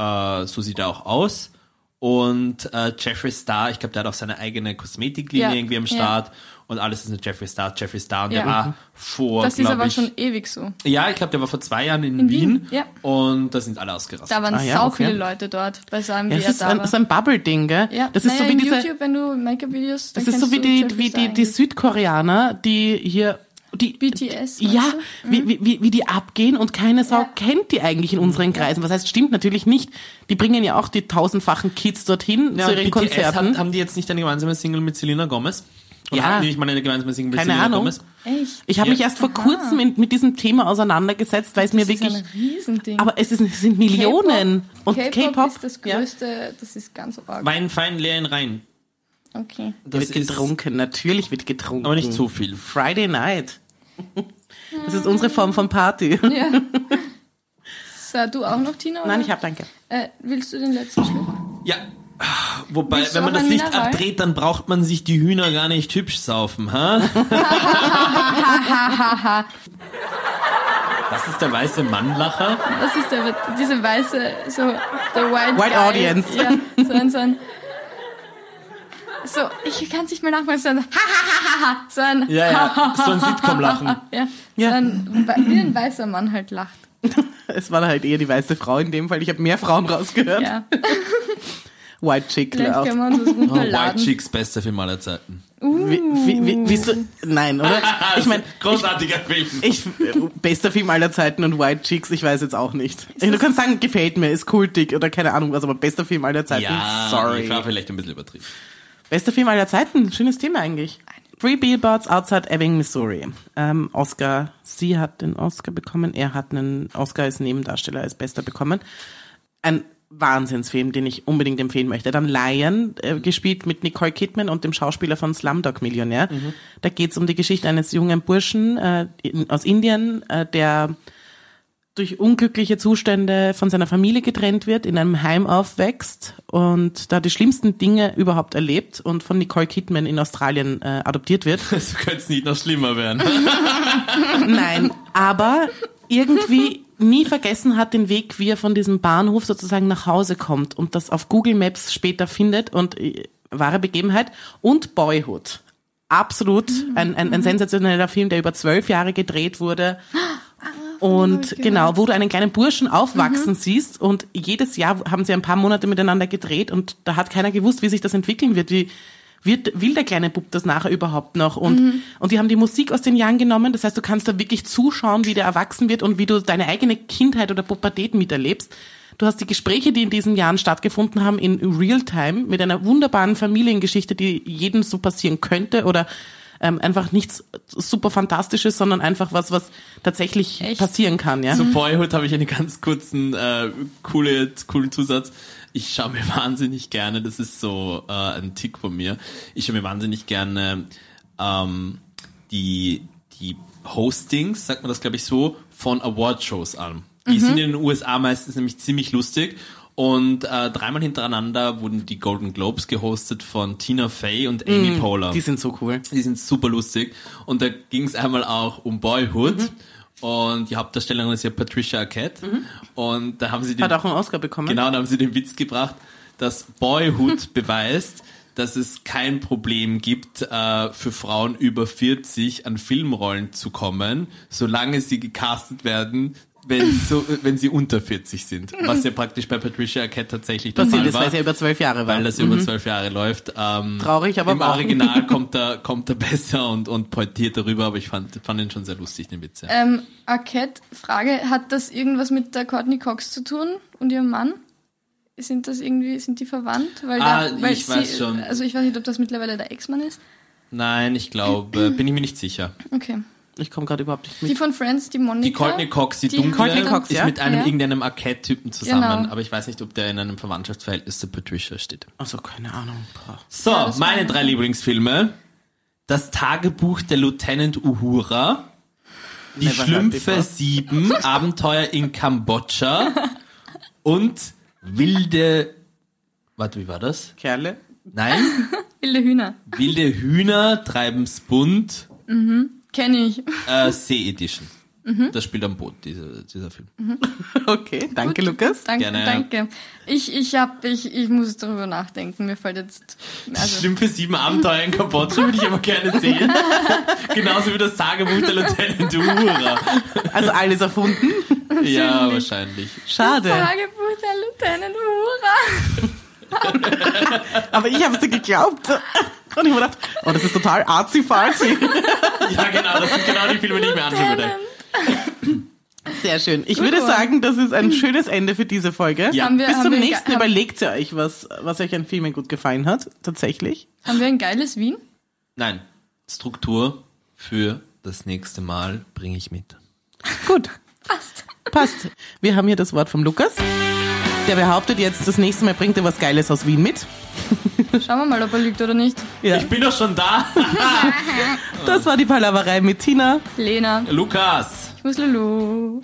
äh, so sieht er auch aus. Und äh, Jeffree Star, ich glaube, der hat auch seine eigene Kosmetiklinie Ja. irgendwie am Ja. Start. Und alles ist mit Jeffree Star, Jeffree Star. Und der Ja. war vor, Das ist glaub aber ich, schon ewig so. Ja, ich glaube, der war vor zwei Jahren in, Wien. Wien, ja. Und da sind alle ausgerastet. Da waren Ah, ja, sau okay. viele Leute dort bei seinem, Ja, wie das er ist da ein, war. das ist ein Bubble-Ding, gell? ja, Das ist naja, so wie in diese, YouTube, wenn du Make-up-videos, dann das ist so kennst wie du die, Jeffree wie Star die, die eigentlich. Südkoreaner, die hier, die, BTS. ja, meinst du? Mhm. wie, wie- wie, wie die abgehen und keine Sau Ja. kennt die eigentlich in unseren Kreisen. Was heißt, stimmt natürlich nicht. Die bringen ja auch die tausendfachen Kids dorthin Ja, zu ihren BTS Konzerten. Hat, haben die jetzt nicht eine gemeinsame Single mit Selena Gomez? Oder Ja. hatten die nicht mal eine gemeinsame Single mit Keine Selena Ahnung. Gomez? Echt? ich habe Ja. mich erst vor kurzem in, mit diesem Thema auseinandergesetzt, weil es mir Das ist wirklich, ein Riesending. aber es, ist, es sind Millionen. und K-Pop, ist das ja, größte, das ist ganz arg. Wein fein, leer in rein. Okay. Das wird getrunken, natürlich wird getrunken. aber nicht so viel. Friday Night. Das ist unsere Form von Party. Ja. So, du auch noch, Tina? Oder? Nein, ich habe danke. Äh, willst du den letzten Schluck? Ja. Wobei, Willst du wenn man auch das ein Licht Mineral? abdreht, dann braucht man sich die Hühner gar nicht hübsch saufen, ha? das ist der weiße Mannlacher. Das ist der, diese weiße, so, der White, White Guy. Audience. Ja, so ein, so ein, so, ich kann es nicht mehr nachmachen, so ein, hahaha, so ein, Ja, ja, so ein Sitcom-Lachen. ja, Ja. so ein, wie ein weißer Mann halt lacht, Es war halt eher die weiße Frau in dem Fall. Ich habe mehr Frauen rausgehört. ja. White Chick Vielleicht laugh. können wir uns das Oh, White runterladen. Chicks, bester Film aller Zeiten. Wie, wie, wie, wieso? Nein, oder? Ich meine, großartiger Film. ich, bester Film aller Zeiten und White Chicks, ich weiß jetzt auch nicht. du kannst sagen, gefällt mir, ist kultig oder keine Ahnung was, aber bester Film aller Zeiten, Ja, sorry. ich war vielleicht ein bisschen übertrieben. Bester Film aller Zeiten, schönes Thema eigentlich. Three Billboards Outside Ebbing, Missouri. Ähm, Oscar, sie hat den Oscar bekommen, er hat einen Oscar als Nebendarsteller als Bester bekommen. Ein Wahnsinnsfilm, den ich unbedingt empfehlen möchte. Dann Lion, äh, gespielt mit Nicole Kidman und dem Schauspieler von Slumdog Millionär. Da geht's um die Geschichte eines jungen Burschen äh, in, aus Indien, äh, der durch unglückliche Zustände von seiner Familie getrennt wird, in einem Heim aufwächst und da die schlimmsten Dinge überhaupt erlebt und von Nicole Kidman in Australien äh, adoptiert wird. Es könnte es nicht noch schlimmer werden. Nein, aber irgendwie nie vergessen hat den Weg, wie er von diesem Bahnhof sozusagen nach Hause kommt und das auf Google Maps später findet und äh, wahre Begebenheit und Boyhood. Absolut ein, ein, ein sensationeller Film, der über zwölf Jahre gedreht wurde. Und genau, wo du einen kleinen Burschen aufwachsen siehst und jedes Jahr haben sie ein paar Monate miteinander gedreht und da hat keiner gewusst, wie sich das entwickeln wird, wie wird, will der kleine Bub das nachher überhaupt noch und, und die haben die Musik aus den Jahren genommen, das heißt, du kannst da wirklich zuschauen, wie der erwachsen wird und wie du deine eigene Kindheit oder Pubertät miterlebst. Du hast die Gespräche, die in diesen Jahren stattgefunden haben, in Real-Time mit einer wunderbaren Familiengeschichte, die jedem so passieren könnte oder ähm, einfach nichts super Fantastisches, sondern einfach was, was tatsächlich Echt? passieren kann. Ja? Zu Boyhood habe ich einen ganz kurzen, äh, coole, coolen Zusatz. Ich schaue mir wahnsinnig gerne, das ist so äh, ein Tick von mir, ich schaue mir wahnsinnig gerne ähm, die, die Hostings, sagt man das glaube ich so, von Award-Shows an. Die sind in den USA meistens nämlich ziemlich lustig. Und äh, dreimal hintereinander wurden die Golden Globes gehostet von Tina Fey und Amy Poehler. Die sind so cool. Die sind super lustig. Und da ging es einmal auch um Boyhood. Mhm. Und die Hauptdarstellerin ist ja Patricia Arquette. Und da haben sie den, Hat auch einen Oscar bekommen. genau, da haben sie den Witz gebracht, dass Boyhood beweist, dass es kein Problem gibt, äh, für Frauen über 40 an Filmrollen zu kommen, solange sie gecastet werden, wenn, so, wenn sie unter 40 sind. Was ja praktisch bei Patricia Arquette tatsächlich der Passiert Fall ist, war weil es ja über zwölf Jahre war. weil das über zwölf Jahre läuft. Ähm, Mhm. Traurig, aber Im wahr. Original kommt er, kommt er besser und, und pointiert darüber, aber ich fand, fand ihn schon sehr lustig, den Witz. Ja. Ähm, Arquette, Frage, hat das irgendwas mit der Courtney Cox zu tun und ihrem Mann? Sind das irgendwie, sind die verwandt? Weil Ah, da, weil ich weiß schon. Also ich weiß nicht, ob das mittlerweile der Ex-Mann ist. Nein, ich glaube, äh, bin ich mir nicht sicher. Okay. Ich komme gerade überhaupt nicht mit. Die von Friends, die Monika. Die Courtney Cox, die, Die dunkle, Courtney Cox, ist ja. mit einem Ja. irgendeinem Arquette-Typen zusammen, Genau. aber ich weiß nicht, ob der in einem Verwandtschaftsverhältnis zu Patricia steht. Also keine Ahnung. Boah. So, Ja, das meine war- drei Lieblingsfilme. Das Tagebuch der Lieutenant Uhura. Die Never heard Schlümpfe before. 7, Abenteuer in Kambodscha und wilde... Warte, wie war das? Kerle. Nein, Wilde Hühner. wilde Hühner treiben's bunt, Kenne ich. äh, See Edition. Mhm. Das spielt am Boot, diese, dieser Film. Okay, danke, Lukas. Danke, Gerne. danke. Ich, ich, hab, ich, ich muss darüber nachdenken. Mir fällt jetzt. Das Also, stimmt für sieben Abenteuer in Kambodscha, würde ich aber gerne sehen. Genauso wie das Tagebuch der Lieutenant Uhura. Also alles erfunden. Ja, wahrscheinlich. Schade. Tagebuch der Lieutenant Uhura. Aber ich habe es dir geglaubt. Und ich habe gedacht, oh, das ist total arzi-farzi. Ja, genau, das sind genau die Filme, die ich mir anschauen würde. Sehr schön. Ich würde one. sagen, das ist ein schönes Ende für diese Folge. Ja. Haben wir, Bis haben zum wir, nächsten haben, überlegt ihr euch, was, was euch an Filmen gut gefallen hat. Tatsächlich. haben wir ein geiles Wien? Nein, Struktur für das nächste Mal bringe ich mit. Gut. Passt. Passt. Wir haben hier das Wort vom Lukas. Der behauptet jetzt, das nächste Mal bringt er was Geiles aus Wien mit. Schauen wir mal, ob er lügt oder nicht. Ja. Ich bin doch schon da. Das war die Palaverei mit Tina. Lena, Lukas. ich muss Lulu.